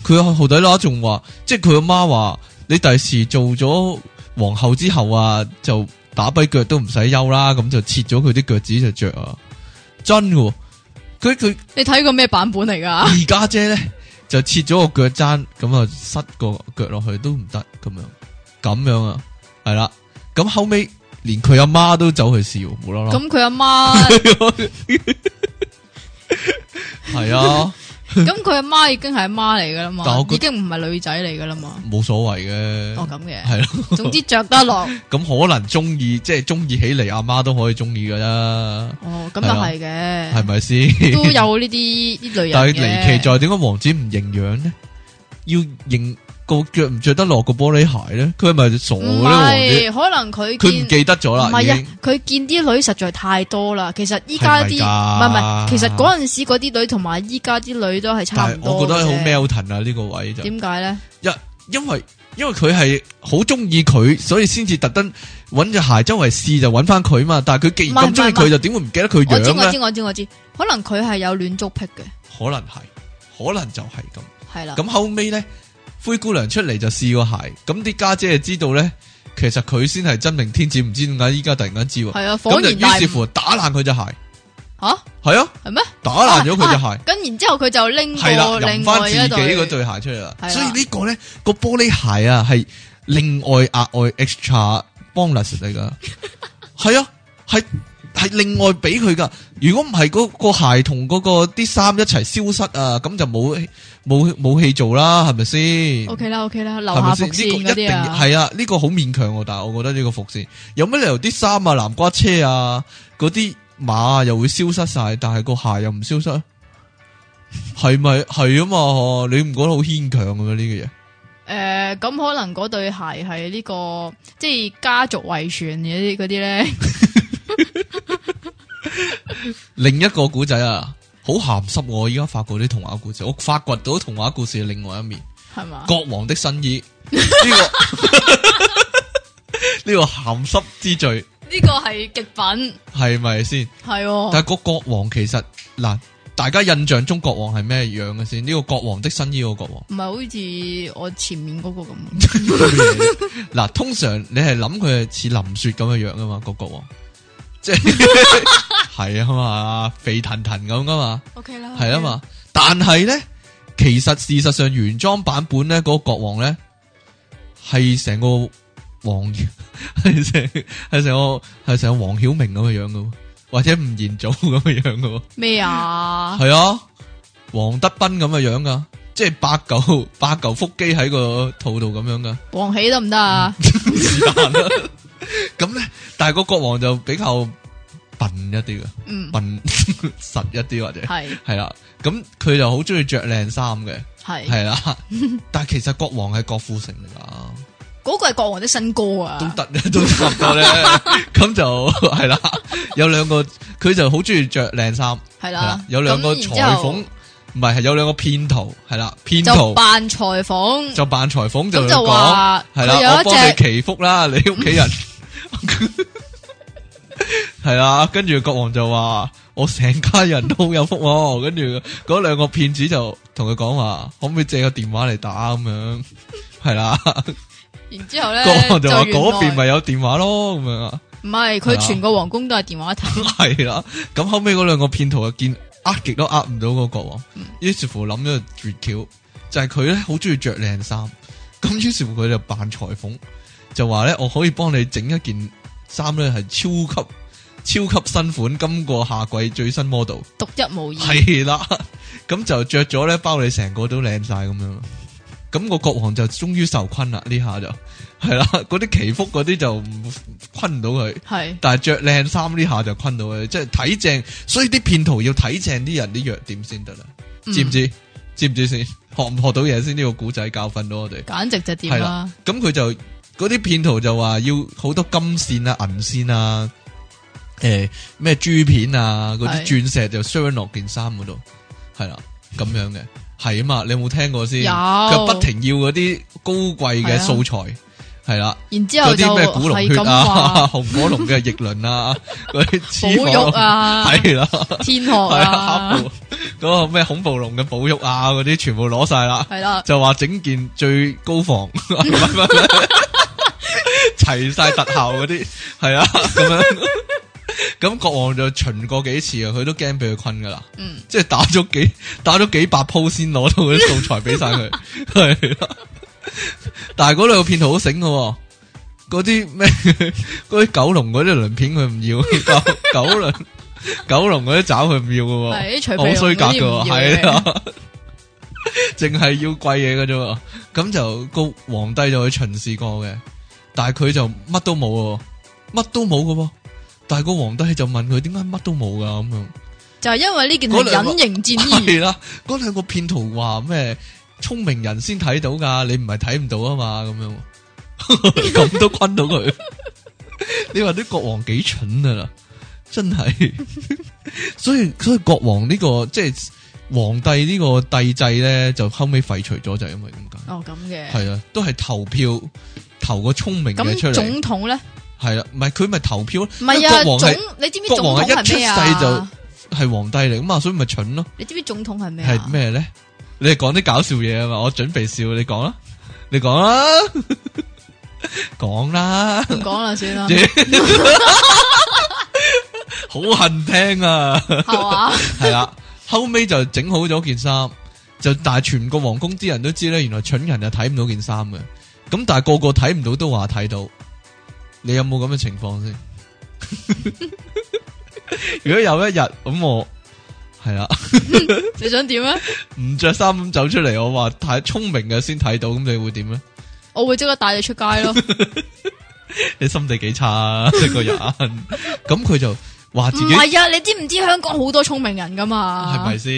S2: 佢阿豪底乸仲話，即係佢阿媽話，你第時做咗皇后之後啊，就打跛腳都唔使休啦，咁就切咗佢啲腳趾就着啊，真嘅喎。佢佢
S1: 你睇過咩版本嚟 噶？
S2: 二家姐咧就切咗個腳踭，咁啊塞個腳落去都唔得咁樣，咁樣啊，係啦。咁後尾連佢阿媽都走去笑，冇啦啦。
S1: 咁佢阿 媽，
S2: 係啊，
S1: 咁佢阿媽已經係阿媽嚟噶啦
S2: 但我
S1: 嘛
S2: 覺，得
S1: 已經唔係女仔嚟噶啦嘛。
S2: 冇所謂嘅，
S1: 哦咁嘅，
S2: 係咯。
S1: 總之着得落。
S2: 咁可能中意，即係中意起嚟，阿媽都可以中意噶啦，
S1: 哦，咁又係嘅，
S2: 係咪先？
S1: 都有呢啲呢類人
S2: 但
S1: 嘅
S2: 係離奇在點解王子唔認樣呢？要認個腳唔着得落個玻璃鞋咧？佢係咪傻
S1: 唔
S2: 咧？王子？
S1: 係，可能佢
S2: 佢唔
S1: 見
S2: 記得咗啦，
S1: 唔係
S2: 已
S1: 啊
S2: 經，
S1: 佢見啲女實在太多啦。其實依家啲
S2: 係咪㗎
S1: 唔係唔係，其實嗰陣時嗰啲女同埋依家啲女都係差
S2: 但
S1: 唔
S2: 係
S1: 多
S2: 我
S1: 嘅啫。
S2: 覺得好 Melton 啊呢個位就，
S1: 點解咧？
S2: 因為因為佢係好中意佢，所以先至特登揾隻鞋周圍試就揾翻佢嘛。但係佢既然咁中意
S1: 唔係唔係唔
S2: 佢，就點會唔記得佢
S1: 我知
S2: 樣啊
S1: 我
S2: 咧？
S1: 知我知我知，可能佢係有戀足癖嘅，
S2: 可能係，可能就係咁。
S1: 係啦。
S2: 咁後尾咧，灰姑娘出嚟就試個鞋，咁啲家姐就知道咧，其實佢先係真命天子，唔知點解依家突然間知喎。
S1: 係啊，
S2: 咁
S1: 恍
S2: 就
S1: 然大
S2: 於是
S1: 悟
S2: 乎打爛佢隻鞋，
S1: 吓
S2: 係啊，
S1: 係咩？
S2: 打爛咗佢隻鞋。
S1: 咁然之後佢就拎
S2: 系啦，
S1: 過
S2: 淋
S1: 另
S2: 翻
S1: 外
S2: 自己
S1: 一對
S2: 嗰對鞋出嚟啦
S1: 係。啦
S2: 所以呢個咧個玻璃鞋啊，係另外額外 extra bonus 嚟 噶。係啊，係係另外俾佢噶。如果唔係嗰個鞋同嗰個啲衫一齊消失啊，咁就冇冇冇戲做啦，係咪先？
S1: OK 啦 OK 啦，留
S2: 係咪
S1: 下
S2: 先？
S1: 伏線
S2: 呢個
S1: 嗰
S2: 一定
S1: 啲啊，
S2: 係啊，呢個好勉強喎。但係我覺得呢個伏線有乜理由啲衫啊、南瓜車啊、嗰啲馬啊又會消失晒，但係個鞋又唔消失啊？係咪係啊嘛？你唔覺得好牽強嘅咩？呢
S1: 誒咁可能嗰對鞋係呢個即係家族遺傳嘅啲嗰啲咧，
S2: 個嘢，另一個古仔啊，好鹹濕喎。我依家發覺啲童話故事，我發掘到童話故事嘅另外一面，
S1: 係嘛？
S2: 國王的 新衣》呢個呢個鹹濕之最
S1: 呢個係極品，
S2: 係咪先？
S1: 係喎
S2: 但係個國王其實嗱，大家印象中國王係咩樣嘅先？呢、個國王的新衣個國 王
S1: 唔係好似我前面嗰個
S2: 啊
S1: 咁，
S2: 嗱，通常你係諗佢係似林雪咁嘅樣噶嘛？個國王即係係啊嘛，肥騰騰咁噶嘛，
S1: OK 啦
S2: 係啊，嘛。但係咧，其實事實上原裝版本咧，嗰、個國王咧係成個王係成係成個係成個黃曉明咁嘅樣噶喎，或者吳彥祖咁嘅樣噶喎。
S1: 咩啊？
S2: 系啊，黃德斌咁嘅樣噶，即係八嚿 八嚿腹肌喺個肚度咁樣噶，
S1: 王喜得唔得啊？
S2: 是但啦。咁咧，但係個國王就比較笨一啲嘅，
S1: 嗯，
S2: 笨實一啲或者
S1: 係
S2: 係啦。咁佢就好中意着靚衫嘅，
S1: 係，
S2: 係啦。但係其實國王係郭富城嚟
S1: 啊
S2: 噶。
S1: 嗰個係國王的新歌
S2: 都
S1: 啊，
S2: 得 都差唔多咧，咁就係啦。有兩個佢就好中意着靚衫，
S1: 係
S2: 係啦
S1: 啦，，
S2: 有兩個
S1: 啊咁
S2: 裁
S1: 然之後
S2: 縫，唔係係有兩個騙徒，係啦，騙
S1: 就
S2: 徒
S1: 扮裁縫，
S2: 就扮裁縫就
S1: 咁
S2: 同
S1: 就
S2: 佢講，
S1: 話
S2: 係啦，
S1: 佢有
S2: 我
S1: 一
S2: 幫你
S1: 隻
S2: 祈福啦， 你屋企人係啦，跟住國王就話我成家人都好有福喎，跟住嗰兩個騙子就同佢講話，可唔可以借個電話嚟打咁樣，係啦，
S1: 然之後 咧
S2: 國王就話
S1: 原來
S2: 嗰邊咪有電話咯，咁樣啊。
S1: 唔係
S2: 係啊
S1: 佢全個皇宮都係電話亭，
S2: 系啦，啊咁後尾嗰兩個騙徒就見呃極都呃唔到個國王，於是乎諗咗個絕橋，就係佢咧好中意着靚衫，咁於是乎佢就扮裁縫，就話咧我可以幫你整一件衫咧係超級超級新款，今個夏季最新 model，
S1: 獨一無二。
S2: 係啦，咁就着咗咧包你成個都靚晒咁樣，咁個國王就終於受困啦，呢下就係啦，嗰啲祈福嗰啲就唔困唔到佢。
S1: 係
S2: 但係着靚衫呢下就困到佢，即係睇正，所以啲騙徒要睇正啲人啲弱點先得啦，
S1: 嗯
S2: 知唔知？知唔知先？ 學唔學到嘢先？呢、個古仔教訓到我哋。
S1: 簡直就
S2: 係
S1: 掂
S2: 啦
S1: 啦，，
S2: 咁佢就嗰啲騙徒就話要好多金線啊、銀線啊、誒、咩珠片啊、嗰啲
S1: 係
S2: 鑽石就鑲落件衫嗰度，係啦，咁樣嘅係啊嘛，你有冇聽過先？
S1: 有啊
S2: 佢不停要嗰啲高貴嘅素材，係啦。
S1: 然之
S2: 嗰
S1: 後就
S2: 啲咩古龍
S1: 係
S2: 血
S1: 咁
S2: 啊、
S1: 話
S2: 紅火龍嘅逆鱗啊、嗰啲
S1: 寶
S2: 雌火
S1: 玉啊、
S2: 係啦，
S1: 天河
S2: 係啊，
S1: 啊
S2: 黑，嗰個咩恐怖龍嘅保育啊，嗰啲全部攞晒啦，
S1: 系啦，
S2: 就話整件最高防， 齊晒特效嗰啲，係啊，咁樣。咁國王就巡過幾次啊，佢都驚俾佢困噶啦，
S1: 嗯，
S2: 即係打咗幾打咗幾百鋪先攞到嗰啲素材俾晒佢，係啦。但係嗰兩個騙徒好醒嘅喎，嗰啲咩 嗰啲九龍嗰啲鱗片佢唔要， 九九龍九龍嗰啲爪佢唔要嘅喎。
S1: 系除
S2: 哦好
S1: 非
S2: 衰格噶，
S1: 噶，
S2: 系啊，净系要贵嘢嘅啫喎。咁就個皇帝就去巡視過嘅，但係佢就乜都冇，喎，乜都冇嘅喎。但係個皇帝就問佢點解乜都冇噶咁樣。
S1: 就系因为呢件
S2: 嗰兩個
S1: 系隐形战
S2: 係
S1: 衣，
S2: 啦，嗰兩個騙徒話咩？聰明人先睇到噶，你唔係睇唔到啊嘛，咁樣 咁都昆到佢。 你話啲國王幾蠢啊啦，真係。 所以所以國王呢、個即係皇帝呢個帝制咧，就後尾廢除咗，就係因為咁解。
S1: 哦咁嘅，
S2: 係啊，都係投票投個聰明嘅出
S1: 咁
S2: 嚟，
S1: 总统咧，
S2: 係啦，唔係佢咪投票咯？
S1: 唔系
S2: 因
S1: 啊，
S2: 為
S1: 总
S2: 國王係
S1: 你知唔知
S2: 國
S1: 总
S2: 王係
S1: 统
S2: 一
S1: 系
S2: 出
S1: 咩
S2: 世
S1: 啊
S2: 就？係皇帝嚟噶嘛，所以咪蠢咯。
S1: 你知唔知总统系咩啊
S2: 系？咩咧？你讲啲搞笑嘢啊嘛，我准备笑，你讲啦，你讲啦，讲啦，
S1: 唔讲啦，算啦，
S2: 好恨听啊，
S1: 系嘛？
S2: 系啦，后尾就整好咗件衫，就但系全个皇宫啲人都知咧，原来蠢人就啊睇唔到件衫嘅，咁但系个个睇唔到都话睇到，你有冇咁嘅情况先？ 如果有一日咁我系啦。
S1: 你想啊点咧？
S2: 唔着衫咁走出嚟，我话太聰明嘅先睇到，咁你會點咧？
S1: 我会即刻带你出街咯。
S2: 你心地幾差啊， 一個人，咁佢就話 自
S1: 唔
S2: 己係
S1: 系啊，你知唔知香港好多聪明人噶嘛？
S2: 咪先？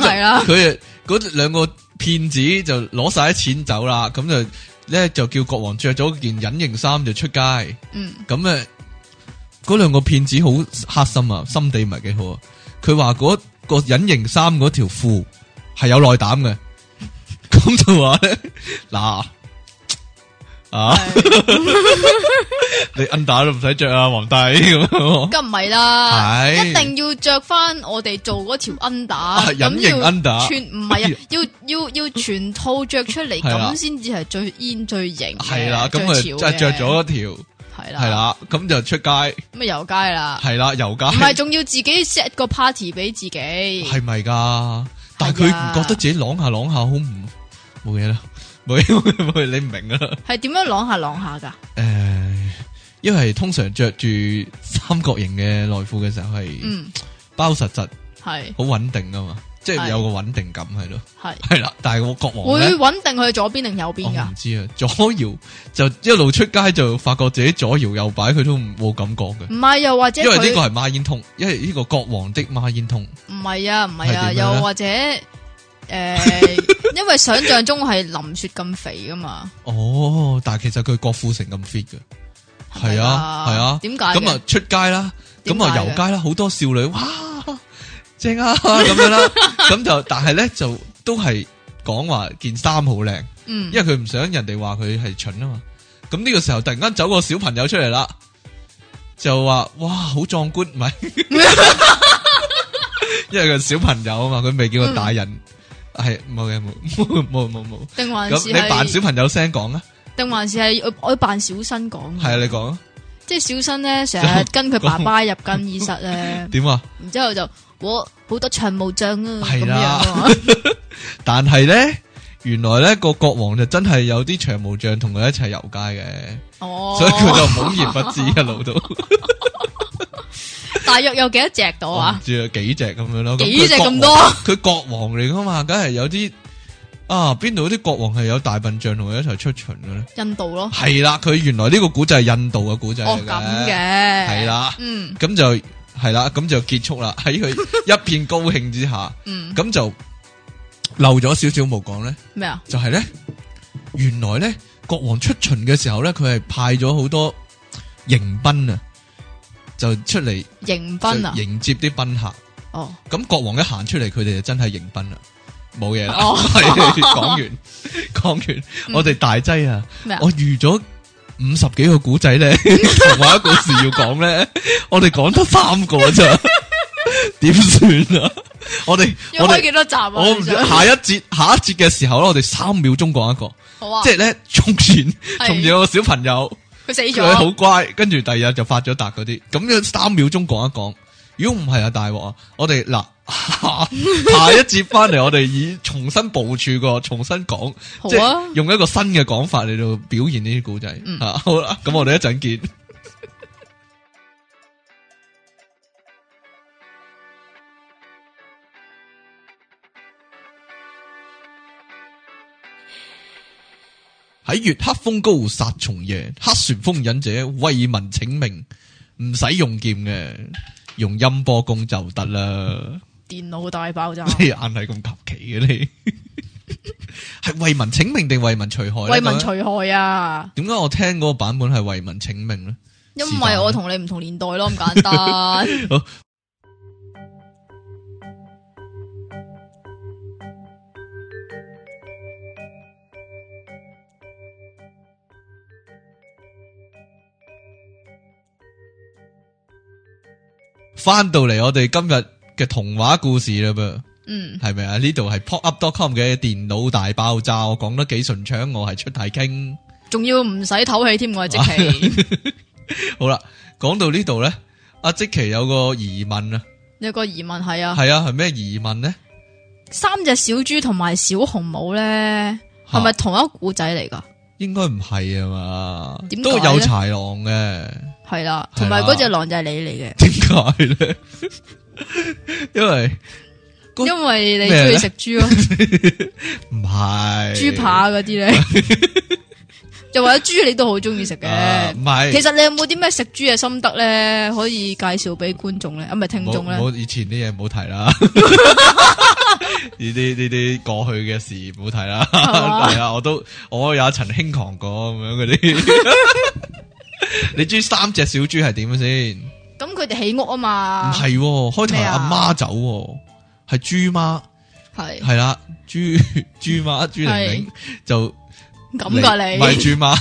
S1: 梗係啦
S2: 就佢就嗰兩個騙子就攞晒啲錢走啦，咁就咧就叫國王着咗件隱形衫就出街，咁
S1: 嗯，
S2: 誒嗰兩個騙子好黑心啊，心地唔係幾好啊，佢話嗰個隱形衫嗰條褲係有內膽嘅，咁就話咧嗱啊。
S1: 係
S2: 你 under 都唔使着 啊，皇帝咁樣。
S1: 梗唔系啦，
S2: 係
S1: 一定要着翻我哋做嗰条 under，
S2: 隱形 under
S1: 全唔系啊，要要要全套着出嚟，
S2: 係啦
S1: 咁先至系最煙最型嘅，
S2: 系啦，咁佢
S1: 最
S2: 就
S1: 潮嘅
S2: 着咗一條，
S1: 係啦，
S2: 係，啦，咁就出街，
S1: 咁啊游街 啦，
S2: 係啦，遊
S1: 唔係
S2: 街，
S1: 仲要自己 set 個 party 俾自己，
S2: 係咪噶？但係佢唔覺得自己啷下啷下好唔冇嘢啦，冇嘢 冇嘢，冇嘢，你唔明噶啦。
S1: 係點樣啷下啷下噶？
S2: 诶，因為通常着住三角形嘅內褲嘅時候係
S1: 嗯，
S2: 包實實，
S1: 係
S2: 好穩定噶嘛，即係
S1: 係
S2: 有個穩定感喺度。
S1: 係
S2: 係啦，但係我國王咧
S1: 會。穩定去左邊定右邊
S2: 我
S1: 㗎？
S2: 唔知啊，左搖就一路出街就發覺自己左搖右擺，佢都唔冇感覺嘅，
S1: 唔係又或者
S2: 因為呢
S1: 佢
S2: 個係孖煙通，因為呢個國王的孖煙通
S1: 唔係啊，唔係啊，
S2: 係點樣咧
S1: 又或者 诶，因為想象中係林雪咁肥噶嘛，
S2: 哦，但係其實佢郭富城咁 fit 嘅，
S1: 咪
S2: 係啊係啊，
S1: 點解嘅？
S2: 咁啊出街啦，
S1: 點
S2: 咁
S1: 解
S2: 啊遊
S1: 嘅
S2: 街啦，好多少女哇正啊咁樣啦，咁就但係咧就都係講話件衫好靚。
S1: 嗯，
S2: 因为佢唔想人哋话佢系蠢啊嘛。咁呢个时候突然间走个小朋友出嚟啦，就话：哇，好壮观，唔系， 因为佢小朋友啊嘛，佢未见过大人，系冇嘅，冇冇冇冇冇。
S1: 定還
S2: 咁
S1: 是
S2: 你扮小
S1: 係
S2: 朋友声讲啊，
S1: 定還是係我我扮小新講
S2: 系啊，你讲啊，
S1: 即係小新 咧成日跟佢爸爸入更衣室咧，
S2: 点啊？
S1: 然之后就我好多長毛象啊咁
S2: 係
S1: 樣
S2: 啦
S1: 啊，
S2: 但系咧，原来咧个国王就真系有啲长毛象同佢一齐游街嘅，
S1: 哦，
S2: 所以佢就懵然不知一路都。
S1: 大約有幾多隻到
S2: 我唔
S1: 啊？
S2: 知啊，几只咁樣咯，
S1: 幾隻
S2: 佢國
S1: 咁多
S2: 王佢國王嚟噶嘛，梗係有啲啊，邊度啲國王係有大笨象同佢一齊出巡嘅咧？
S1: 印度咯，
S2: 係啦，佢原來呢個古仔係印度嘅古仔
S1: 哦
S2: 嚟
S1: 咁嘅，係
S2: 係，啦，
S1: 嗯
S2: 咁就係啦，咁就結束啦。 喺佢一片高興之下，
S1: 嗯，
S2: 咁就漏咗少少冇講咧，
S1: 咩啊？
S2: 就係咧，原來咧國王出巡嘅時候咧，佢係派咗好多迎賓啊，就出嚟
S1: 迎
S2: 就
S1: 賓啊，
S2: 迎接啲賓客。
S1: 哦，
S2: 咁國王一行出嚟，佢哋就真係迎賓啦，冇嘢啦，
S1: 哦
S2: 係講完講完，
S1: 嗯
S2: 我哋大劑啊！
S1: 咩啊
S2: 我？預咗五十幾個古 仔咧，童話故事要講咧，我哋講得三個咋，點算啊？我哋
S1: 要
S2: 我
S1: 開
S2: 哋
S1: 幾多集啊？
S2: 我唔
S1: 其
S2: 知
S1: 實
S2: 下一節下一節嘅時候咧，我哋三秒鐘講一個，
S1: 好啊，
S2: 即
S1: 即
S2: 係咧從前
S1: 係
S2: 從前有個小朋友。
S1: 佢死
S2: 佢好
S1: 咗，
S2: 乖，跟住第二日就發咗達嗰啲，咁樣三秒鐘講一講。如果唔係啊，大鑊啊！我哋嗱 下一節翻嚟，我哋以重新部署過，重新講，
S1: 好
S2: 即
S1: 啊
S2: 係，用一個新嘅講法嚟到表現呢啲古仔。
S1: 嗯
S2: 啊好啦，咁我哋一陣見。喺月黑風高殺蟲夜，黑旋風忍者為民請命，唔使用劍嘅，用音波功就得啦。
S1: 電腦大爆 炸，
S2: 你眼係咁求 其嘅你，係為民請命定為民除害呢
S1: 為民除害啊！
S2: 點解我聽嗰個版本係為民請命咧？
S1: 因
S2: 是
S1: 為
S2: 但
S1: 我同你唔同年代咯，咁簡單。
S2: 翻到嚟我哋今日嘅童話故事啦噃。
S1: 嗯，
S2: 系咪啊？呢度系 popup.com 嘅電腦大爆炸，我講得幾順暢，我係出太傾。
S1: 仲要唔使唞氣添，我係即 期
S2: 好啦，講到呢度咧，阿即奇有個疑問啊，
S1: 有個疑問係啊，
S2: 係啊，係咩疑問咧？
S1: 三隻小豬同埋小紅帽咧，係咪
S2: 嚇
S1: 同一個古仔嚟噶？
S2: 應該唔係啊嘛
S1: 點？解
S2: 都有
S1: 呢
S2: 豺狼嘅，
S1: 係啦，
S2: 係啦
S1: 同埋嗰隻狼就係你嚟
S2: 點解咧？ 因為
S1: 嘅，
S2: 嗰
S1: 因為你
S2: 咩
S1: 中意
S2: 咧
S1: 食豬咯，
S2: 唔 係
S1: 豬扒嗰啲咧， 又或者豬你都好中意食
S2: 啊
S1: 嘅。
S2: 唔係
S1: 其實你有冇啲咩食豬嘅心得咧，可以介紹俾觀眾咧，啊唔係聽
S2: 冇
S1: 眾咧？
S2: 冇以前啲嘢唔好 提啦，呢啲呢啲過去嘅事唔好提啦。
S1: 嘛
S2: 係啊，我都我有曾輕狂過咁樣嗰啲。 你知三隻小豬係點先？
S1: 咁佢哋起屋啊
S2: 唔
S1: 嘛，
S2: 係喎，開頭係
S1: 咩啊
S2: 阿媽走喎，係豬媽
S1: 係
S2: 係啦，豬 豬媽豬玲玲就
S1: 咁噶
S2: 唔係
S1: 你，
S2: 豬 媽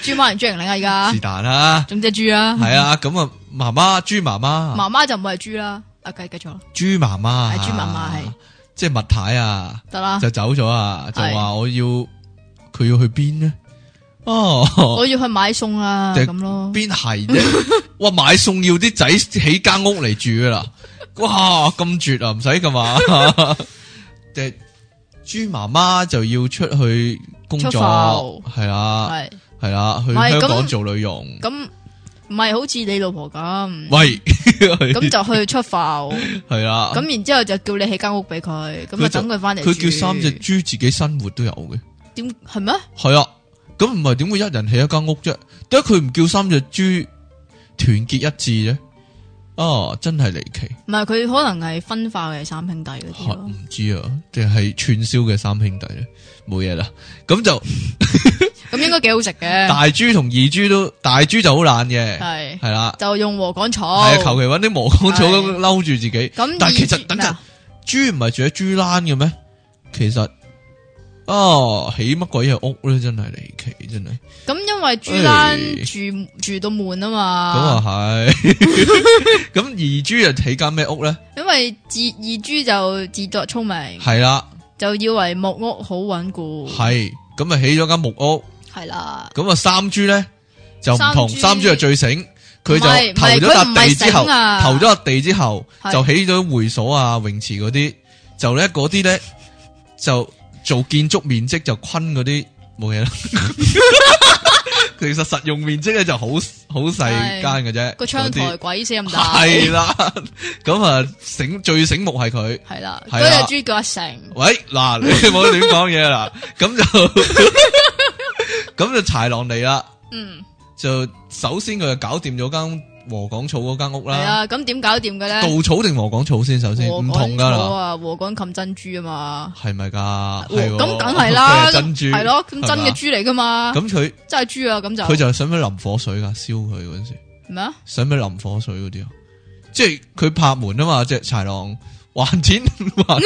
S1: 豬媽定豬玲玲啊而家
S2: 是，但啦，
S1: 仲隻豬啊，
S2: 係啊，咁啊媽媽豬媽媽。
S1: 媽媽就唔係豬啦，啊繼繼續啦，
S2: 猪妈妈，
S1: 係豬媽媽係，
S2: 即系物太啊，
S1: 得啦，
S2: 就走咗啊，就
S1: 係
S2: 话我要佢要去边呢？ 哦，
S1: 我要去買餸啦，
S2: 就
S1: 咁咯，
S2: 边系啫？哇，买餸要啲仔起间屋嚟住噶啦，哇，咁绝啊，唔使噶嘛。 即系猪妈妈就要出去工
S1: 出
S2: 作
S1: 埠，
S2: 系啦，
S1: 係
S2: 系啦，去
S1: 唔係
S2: 香港
S1: 咁
S2: 做女佣。
S1: 咁唔係好似你老婆咁，
S2: 喂，
S1: 嗯 咁就去出埠，
S2: 系啦，
S1: 咁然之後就叫你起間屋俾佢，咁
S2: 啊佢就
S1: 啊等佢翻嚟住，
S2: 佢叫三只猪自己生活都有嘅。
S1: 點係咩？
S2: 系啊，咁唔系点会一人起一间屋啫？点解佢唔叫三只猪团结一致咧？啊，真系离奇，
S1: 唔係佢可能係分化嘅三兄弟嗰啲
S2: 嚇
S1: 咯
S2: 唔，知啊，定系串烧嘅三兄弟咧？冇嘢啦，咁就
S1: 咁應該幾好食嘅，
S2: 大猪同二猪都大猪就好懒嘅，
S1: 係哦
S2: 系啦，
S1: 就用禾稈
S2: 系
S1: 草
S2: 啊，，求其搵啲磨光草咁
S1: 係
S2: 嬲住自己。
S1: 咁
S2: 但係其實
S1: 以前
S2: 等陣
S1: 咩啊
S2: 猪唔系住喺猪欄嘅咩？其实啊，起乜鬼嘢屋咧？真系离奇，真系。
S1: 咁因為豬
S2: 唉
S1: 欄住住到悶啊
S2: 哎咁
S1: 嘛，
S2: 啊系， 咁二猪又起间咩屋咧？
S1: 因為自二豬就自作聰明，
S2: 系啦，
S1: 就以為木屋好穩固，
S2: 系咁啊起咗间木屋，
S1: 係啦。
S2: 咁啊三猪咧就唔同，三
S1: 三豬
S2: 猪就最醒，佢
S1: 唔係
S2: 就
S1: 唔
S2: 投
S1: 係
S2: 咗笪地
S1: 佢唔係
S2: 之後，
S1: 醒啊
S2: 投咗笪地之後
S1: 係
S2: 就起咗會所啊、泳池嗰啲，就咧嗰啲咧就做建築面積就坤嗰啲冇 嘢啦。其實實用面積咧就好好細間嘅啫，
S1: 個窗台鬼死咁大，
S2: 系啦，咁啊醒最醒目係佢。
S1: 係啦，
S2: 係啦
S1: 嗰只豬叫阿成，
S2: 喂，嗱， 你冇乱讲嘢啦，咁就咁就豺狼嚟啦，
S1: 嗯，
S2: 就首先佢就搞掂咗間禾港草嗰間屋
S1: 係
S2: 啦，
S1: 啊，咁點搞掂嘅咧？
S2: 稻草定禾港草先，首先
S1: 禾
S2: 唔同
S1: 稈
S2: 噶
S1: 草
S2: 啦，
S1: 啊，禾稈冚珍珠啊嘛，
S2: 係咪噶？
S1: 禾
S2: 係喎
S1: 咁梗係 啦，
S2: 珍珠
S1: 係咯，咁
S2: 係嘛
S1: 真嘅豬嚟噶嘛，
S2: 咁佢
S1: 真係豬啊，咁就
S2: 佢就想唔想淋火水噶？燒佢嗰阵时，
S1: 咩啊？
S2: 想唔想淋火水嗰啲啊？即係佢拍門啊嘛，只豺狼還錢還，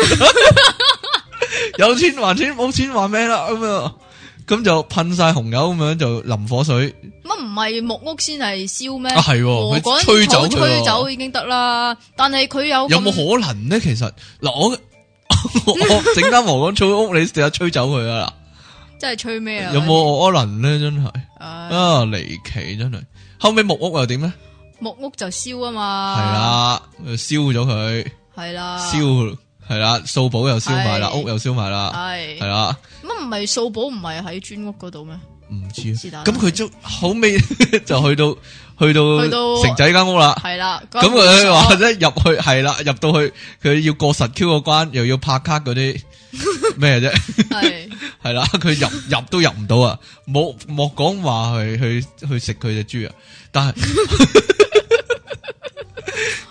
S2: 有錢還錢，冇錢還咩啦咁啊？咁就噴晒紅油咁樣就淋火水。
S1: 乜唔系木屋先系烧咩？
S2: 啊係喎
S1: 哦
S2: 佢
S1: 嗰陣
S2: 吹走佢
S1: 草
S2: 喎
S1: 吹走已经得啦。但系佢有
S2: 有冇
S1: 咁
S2: 可能咧？其實嗱，我 我我整間禾稈草屋，你成日吹走佢啊
S1: 真系吹咩啊？
S2: 啦，有冇可能咧？真係
S1: 唉？
S2: 啊，離奇真係。後尾木屋又點咧？
S1: 木屋就烧啊
S2: 係
S1: 嘛，
S2: 啦，燒咗佢，
S1: 系啦，
S2: 燒係啦，掃寶又燒埋啦，
S1: 啊係啊
S2: 屋又燒埋啦，
S1: 系
S2: 係啦。
S1: 乜唔系掃寶唔系喺磚屋嗰度咩？
S2: 唔知
S1: 是
S2: 啊
S1: 但啦
S2: 咁佢就後尾 就去到去
S1: 去
S2: 到
S1: 到
S2: 城仔間屋啦。
S1: 係啦，
S2: 咁佢話咧入去係啦，入到去佢要過實 Q 個關，又要拍卡 嗰啲咩啫？
S1: 系
S2: 係啦，佢入入都入唔到啊！冇莫講話去去去食佢只豬啊！但係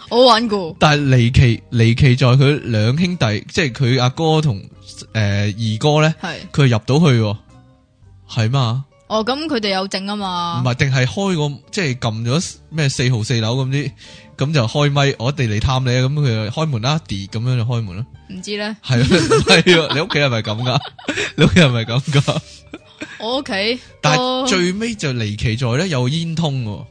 S1: 好玩噶，
S2: 但係離奇離奇在佢兩兄弟，即係佢阿哥同诶二哥咧，
S1: 係
S2: 佢入到去喎，係嘛？
S1: 哦，咁佢哋有證啊嘛
S2: 唔，係，定係開個即係撳咗咩四號四樓咁啲，咁就開咪，我哋嚟探你啊，咁佢就開門啦，跌咁樣就開門啦，
S1: 唔知咧，
S2: 係啊 係啊，你屋企係咪咁噶？你屋企係咪咁噶？
S1: 我屋企
S2: 但
S1: 都
S2: 係最尾就離奇在咧有煙通喎，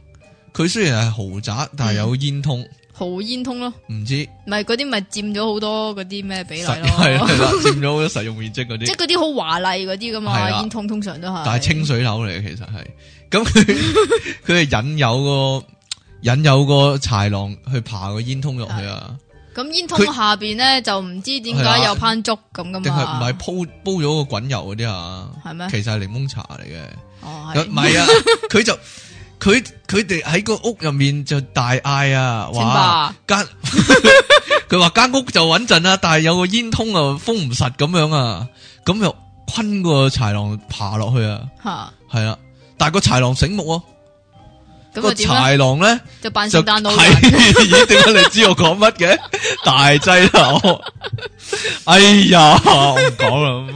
S2: 佢雖然係豪宅，
S1: 嗯
S2: 但係有煙通，
S1: 豪煙通咯，
S2: 唔知
S1: 咪嗰啲咪佔咗好多嗰啲咩比例
S2: 實係啦
S1: 咯，
S2: 係啦，佔咗好多實用面積嗰
S1: 即
S2: 啲
S1: 係，嗰啲好華麗嗰啲噶
S2: 係
S1: 嘛，
S2: 啦
S1: 煙通通常都係，
S2: 但係清水樓嚟嘅其實係，咁佢 佢係引誘個引誘個豺狼去爬個煙通落去啊。
S1: 咁煙通
S2: 佢
S1: 下邊咧就唔知點
S2: 係
S1: 解
S2: 啦
S1: 有攀竹咁噶嘛，
S2: 定係唔係煲煲咗個滾油嗰啲啊？
S1: 係咩
S2: 其實係檸檬茶嚟嘅，
S1: 哦
S2: 咁
S1: 係
S2: 唔係啊，佢就佢佢哋喺個屋入面就大嗌啊，
S1: 清
S2: 話
S1: 吧，
S2: 間 佢話間屋就穩陣啦，但係有個煙通啊封唔實咁樣啊，咁又坤個豺狼爬落去啊，
S1: 吓，
S2: 係啊，但係個豺狼醒目喎，
S1: 咁
S2: 個
S1: 啊點咧？
S2: 豺狼咧。
S1: 就扮
S2: 就
S1: 聖誕老
S2: 係
S1: 人，
S2: 咦？點解你知我講乜 嘅？大劑啦！我哎呀，我唔講啦。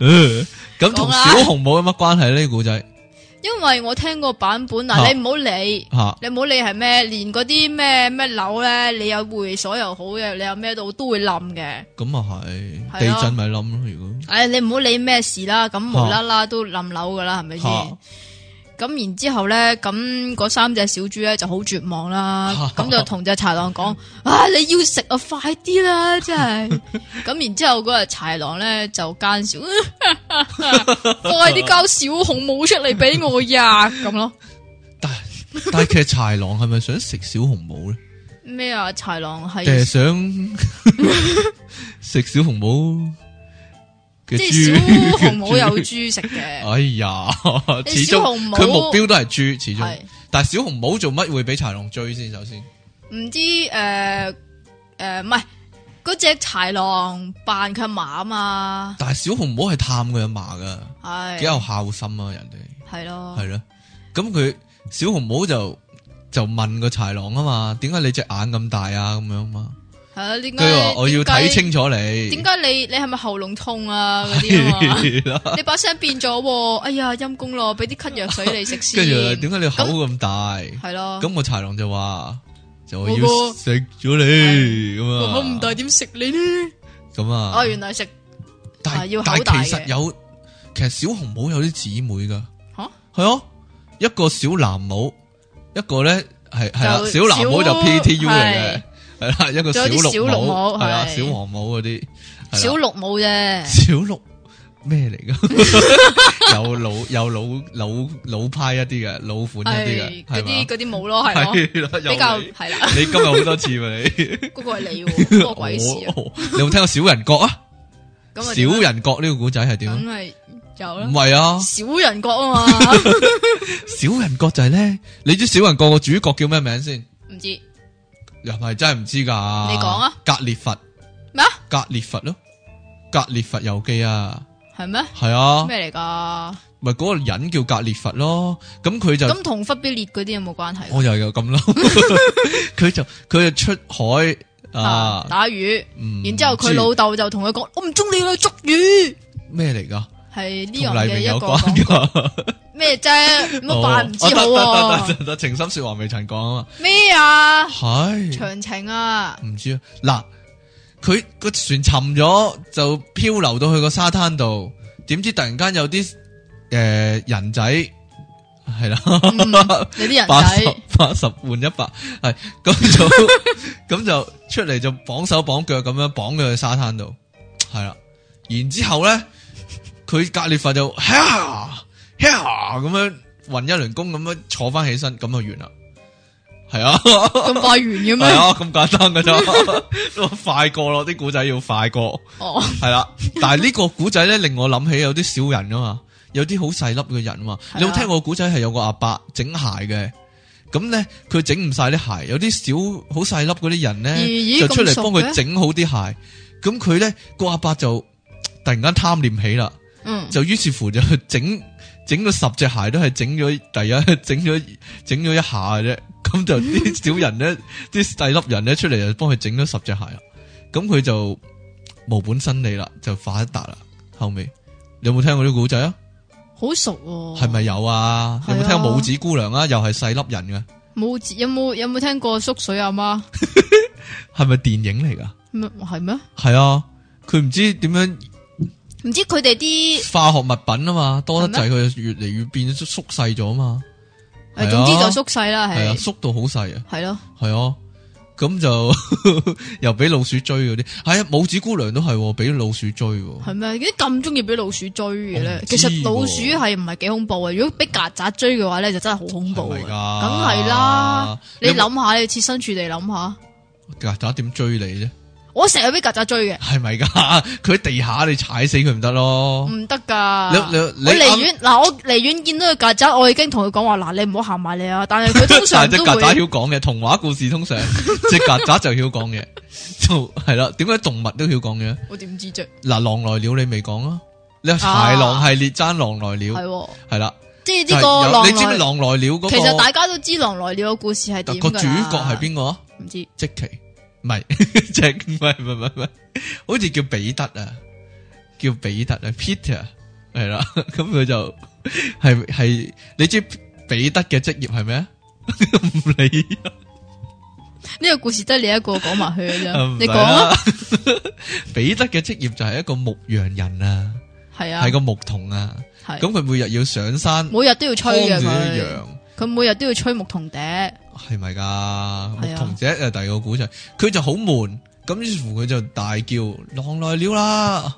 S2: 嗯咁同
S1: 講啦
S2: 小紅帽有乜關係呢？古仔
S1: 因為我聽個版本
S2: 嚇
S1: 嗱，你唔好理。
S2: 吓
S1: 你唔好理係咩，連嗰啲咩咩樓咧，你有會所又好嘅，你有咩度都會冧嘅。
S2: 咁啊係
S1: 係
S2: 地
S1: 咯
S2: 震咪冧咯。如果
S1: 唉、你唔好理咩事啦，咁
S2: 嚇
S1: 無啦啦都冧樓噶啦，係咪先？
S2: 嚇，
S1: 咁然之後咧，咁嗰三隻小豬咧就好絕望啦咁就同只豺狼 講：啊，你要食啊，快啲啦，真 係！咁然之後嗰只豺狼咧就奸笑， 快啲交小紅帽出嚟俾我呀！咁咯，
S2: 但但係其實豺狼係咪想食小紅帽咧？
S1: 咩啊？豺狼
S2: 定
S1: 係
S2: 係想食小紅帽
S1: 即
S2: 嘅豬？
S1: 係小紅帽有
S2: 嘅豬
S1: 豬哦食 嘅。
S2: 哎呀，
S1: 你
S2: 始
S1: 小
S2: 終
S1: 紅帽
S2: 佢目標都係豬，始終。
S1: 系
S2: 但係小紅帽做乜會俾豺狼追先？首先。
S1: 唔知诶诶，誒唔系嗰只豺狼扮佢阿嫲啊嘛，
S2: 但系小紅帽係探佢阿嫲
S1: 啊
S2: 噶，幾
S1: 系
S2: 有孝心啊！人哋
S1: 系咯
S2: 係，咯，咁佢小紅帽就就問個豺狼啊嘛，點解你隻眼咁大啊？咁樣嘛，
S1: 系啊，点
S2: 佢
S1: 解
S2: 話我要睇？清楚你，
S1: 点解你你系咪喉嚨痛啊？嗰啲 啊嘛
S2: 啦？
S1: 你把聲變咗喎，哎呀陰公咯，俾啲咳藥水你食先
S2: 跟，住點解你口咁大？
S1: 係咯，
S2: 咁個豺狼就話就我
S1: 哦我
S2: 要
S1: 個
S2: 食咗你咁啊，
S1: 我唔大點食你呢？
S2: 咁啊
S1: 哦，，原來食
S2: 但
S1: 啊要
S2: 係
S1: 口
S2: 但
S1: 大
S2: 係其實
S1: 嘅
S2: 有，其實小紅帽有啲姊妹噶。
S1: 吓
S2: 系啊，一个小蓝帽，一个咧系系啦，啊小
S1: 就
S2: 蓝帽就
S1: 小
S2: PTU 嚟
S1: 係
S2: 嘅，系啦，一个
S1: 仲有啲
S2: 綠
S1: 小綠
S2: 帽
S1: 帽
S2: 系啦，
S1: 係
S2: 小黃帽嗰啲，係
S1: 小
S2: 啦
S1: 綠帽啫，
S2: 小綠咩嚟噶？ 有老有老老老派一啲嘅，老款
S1: 係
S2: 一啲
S1: 嗰
S2: 嘅，
S1: 啲
S2: 係嘛？
S1: 嗰啲帽咯，係咯，
S2: 係 啦，有
S1: 比較
S2: 你
S1: 係啦，
S2: 你今日好多次嘛你，
S1: 嗰個 係你喎，嗰個鬼事啊！
S2: 我我你有冇聽過小人國啊？
S1: 咁啊點啊
S2: 小人國呢個古仔係點啊
S1: 梗？係有
S2: 唔
S1: 啦，
S2: 係啊，
S1: 小人國啊 嘛，
S2: 小人國就係咧，你知小人國個主角叫咩名先？
S1: 唔知
S2: 又唔系真系唔知噶。
S1: 你講啊，
S2: 格列佛，
S1: 咩啊？
S2: 格列佛咯，格列佛游记啊，
S1: 係咩？
S2: 系啊，
S1: 咩嚟㗎？
S2: 咪嗰個人叫格列佛咯。咁佢就
S1: 咁同忽必烈嗰啲有冇關係？
S2: 我又有咁嬲，佢就佢就出海
S1: 啊
S2: 啊，，
S1: 打魚，
S2: 嗯
S1: 然之後佢
S2: 知
S1: 老豆就同佢講：我唔中你啦，捉魚。
S2: 咩嚟噶？
S1: 係呢樣
S2: 同黎
S1: 嘅
S2: 明有
S1: 一個
S2: 關
S1: 講法
S2: 噶，
S1: 咩啫？乜扮唔知好
S2: 哦得得得
S1: 喎？
S2: 得得情深说話未曾講啊嘛，
S1: 咩啊？
S2: 係。
S1: 長情 啊？
S2: 唔知啊，嗱，佢個船沉咗，就漂流到去個沙灘度，點知突然間有啲诶、呃人仔系啦。
S1: 嗯你啲人
S2: 八十
S1: 仔
S2: 八十换一百，系咁就 咁就出嚟就綁手綁腳咁樣綁佢去沙灘度，係啦。然之后咧，佢格列佛就吓吓咁樣暈一輪功咁樣坐翻起身，咁就完啦。係啊，
S1: 咁快完嘅
S2: 係
S1: 咩？
S2: 啊，咁簡單噶咋， 都快過咯，啲古仔要快過。
S1: 哦，
S2: 系啦，但系呢个古仔咧令我谂起有啲小人啊嘛，有啲好細粒嘅人啊嘛。
S1: 係啊
S2: 你有冇聽過古仔係有個阿伯整鞋嘅？咁咧佢整唔晒啲鞋，有啲小好細粒嗰啲人咧
S1: 咦咦
S2: 就出嚟
S1: 咁熟
S2: 幫佢
S1: 嘅
S2: 整好啲鞋。咁佢咧個阿伯就突然間貪念起啦，
S1: 嗯，
S2: 就於是乎就整整咗十隻鞋都係整咗第一整咗整咗一下嘅啫。咁就啲小 人咧，啲細粒人咧出嚟就幫佢整咗十隻鞋啦。咁佢就無本生利啦，就發一達啦。後尾你有冇聽過啲古仔啊？
S1: 好熟喎。
S2: 係咪有啊？
S1: 哦係啊
S2: 有冇聽過拇指姑娘啊？又係細粒人嘅，
S1: 冇字？有冇有冇聽過縮水阿媽？
S2: 係咪電影嚟噶？
S1: 咩係咩？
S2: 係啊，佢唔知點樣
S1: 唔知佢哋啲
S2: 化學物品啊嘛，多得
S1: 係
S2: 滯佢越嚟越變縮細咗啊嘛。係
S1: 誒，
S2: 啊
S1: 總之就縮細啦，
S2: 係啊，
S1: 係
S2: 縮到好細啊。
S1: 係咯，
S2: 系啊，咁就 又俾老鼠追嗰啲，系啊，拇指姑娘都系俾老鼠追喎，
S1: 係咩？點解咁中意俾老鼠追嘅
S2: 我
S1: 咧
S2: 唔？知
S1: 其實老鼠
S2: 喎
S1: 係唔係幾恐怖啊？如果俾曱甴追嘅話咧，就真係好恐怖
S2: 係咪
S1: 啊！
S2: 噶？
S1: 梗係啦，你
S2: 有冇
S1: 諗下，你設身處地諗下，
S2: 曱甴點追你啫？
S1: 我成日俾曱甴追嘅，
S2: 係咪噶？ 佢喺地下你踩死佢唔得咯。
S1: 唔得噶。
S2: 你你 Oh 你
S1: 我
S2: 啱
S1: 嗯離遠嗱，我離遠見到佢曱甴，我已經同佢講話嗱，你唔好行埋嚟啊！但係佢通常
S2: 但係
S1: 都
S2: 隻曱甴
S1: 會
S2: 曉講嘅，童話故事通常隻曱甴就曉講嘅， 就係啦。點解動物都曉講嘅？
S1: 我點知啫？
S2: 嗱，狼來了你未講啊？你豺狼系列爭狼來
S1: 係
S2: 了，
S1: 喎，
S2: 係啦。
S1: 即係
S2: 就
S1: 呢
S2: 係
S1: 個
S2: 有
S1: 狼
S2: 你知唔知
S1: 來，
S2: 狼來了嗰個
S1: 其實大家都知狼來了嘅故事係點
S2: 個
S1: 㗎
S2: 主
S1: 啦
S2: 角係？邊個啊？
S1: 唔知
S2: 即奇，唔係即唔係唔係唔係唔係， 好似叫彼得啊，叫彼得啊，Peter 係啦， 咁佢就係係你知彼得嘅職業係咩啊？ 唔理
S1: 呢個故事得你一個講埋去嘅
S2: 啊，
S1: 啫
S2: 唔，
S1: 你
S2: 理
S1: 講啊，。
S2: 彼得嘅職業就係一個牧羊人啊，
S1: 係啊
S2: 係，個牧童啊，
S1: 係
S2: 咁佢每日要上山
S1: 每日都要
S2: 幫
S1: 吹
S2: 住
S1: 嘅
S2: 啲
S1: 佢，
S2: 羊。
S1: 佢每日都要吹牧童笛，係
S2: 系咪噶？牧
S1: 係啊
S2: 童者就呃第二個古仔，佢就好悶，咁於是乎佢就大叫狼來了啦，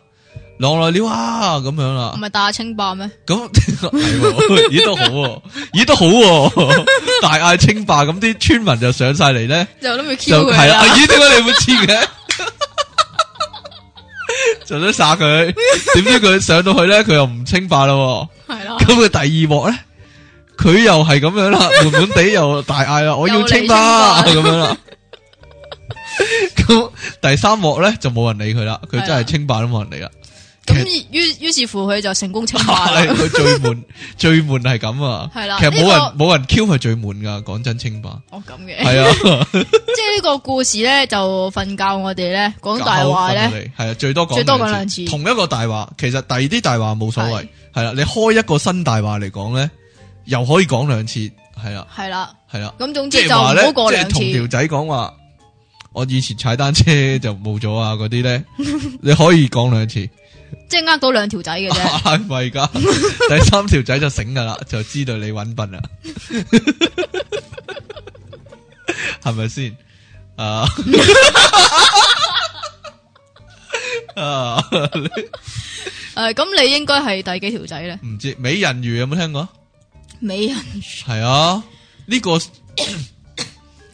S2: 狼來了啊咁樣啦，
S1: 咪打清霸咩？
S2: 咁 係喎咦都好喎，咦都好喎，大嗌稱霸，咁啲村民就上晒嚟咧，
S1: 就諗住 Q
S2: 就係
S1: 佢
S2: 啦，啊
S1: 啦，
S2: 咦點解你會知嘅？ 就想殺佢，點知佢上到去咧，佢又唔稱霸啦喎。
S1: 係 啦，
S2: 咁佢第二幕咧，佢又系咁 样啦，闷闷地又大嗌啦，我要清吧咁
S1: 又
S2: 样啦。 咁第三幕咧就冇人理佢啦，
S1: 啊
S2: 佢真系清霸都冇人理啦。
S1: 咁於於是乎佢就成功清霸
S2: 係
S1: 啦。
S2: 佢最闷，最闷系咁啊。
S1: 係啦
S2: 其实冇人
S1: 呢
S2: 冇人 Q 系最闷噶，讲真清 霸
S1: 哦咁嘅，
S2: 系啊，
S1: 即係呢個故事咧，就瞓覺我哋咧講大話咧，
S2: 系啊，最多讲
S1: 最多講
S2: 兩
S1: 兩次
S2: 同一个大话，其实第二啲大话冇所谓
S1: 係，
S2: 系啦，你开一个新大话嚟讲咧，又可以讲两次，系啦，
S1: 係啦。
S2: 系啦。
S1: 咁總
S2: 即
S1: 之
S2: 系
S1: 就
S2: 话
S1: 唔
S2: 咧，
S1: 好過
S2: 即系
S1: 兩
S2: 同条
S1: 次，
S2: 仔讲话，我以前踩单车就冇咗啊，嗰 啲咧，你可以讲两次，
S1: 即係呃到兩條仔嘅 啫。
S2: 系 咪噶？第三条仔就醒噶啦，就知道你揾笨啦，系咪先？啊 啊！
S1: 诶，咁你應該係第幾條仔咧？
S2: 唔知美人鱼有冇听过？
S1: 美人
S2: 系啊，呢、個个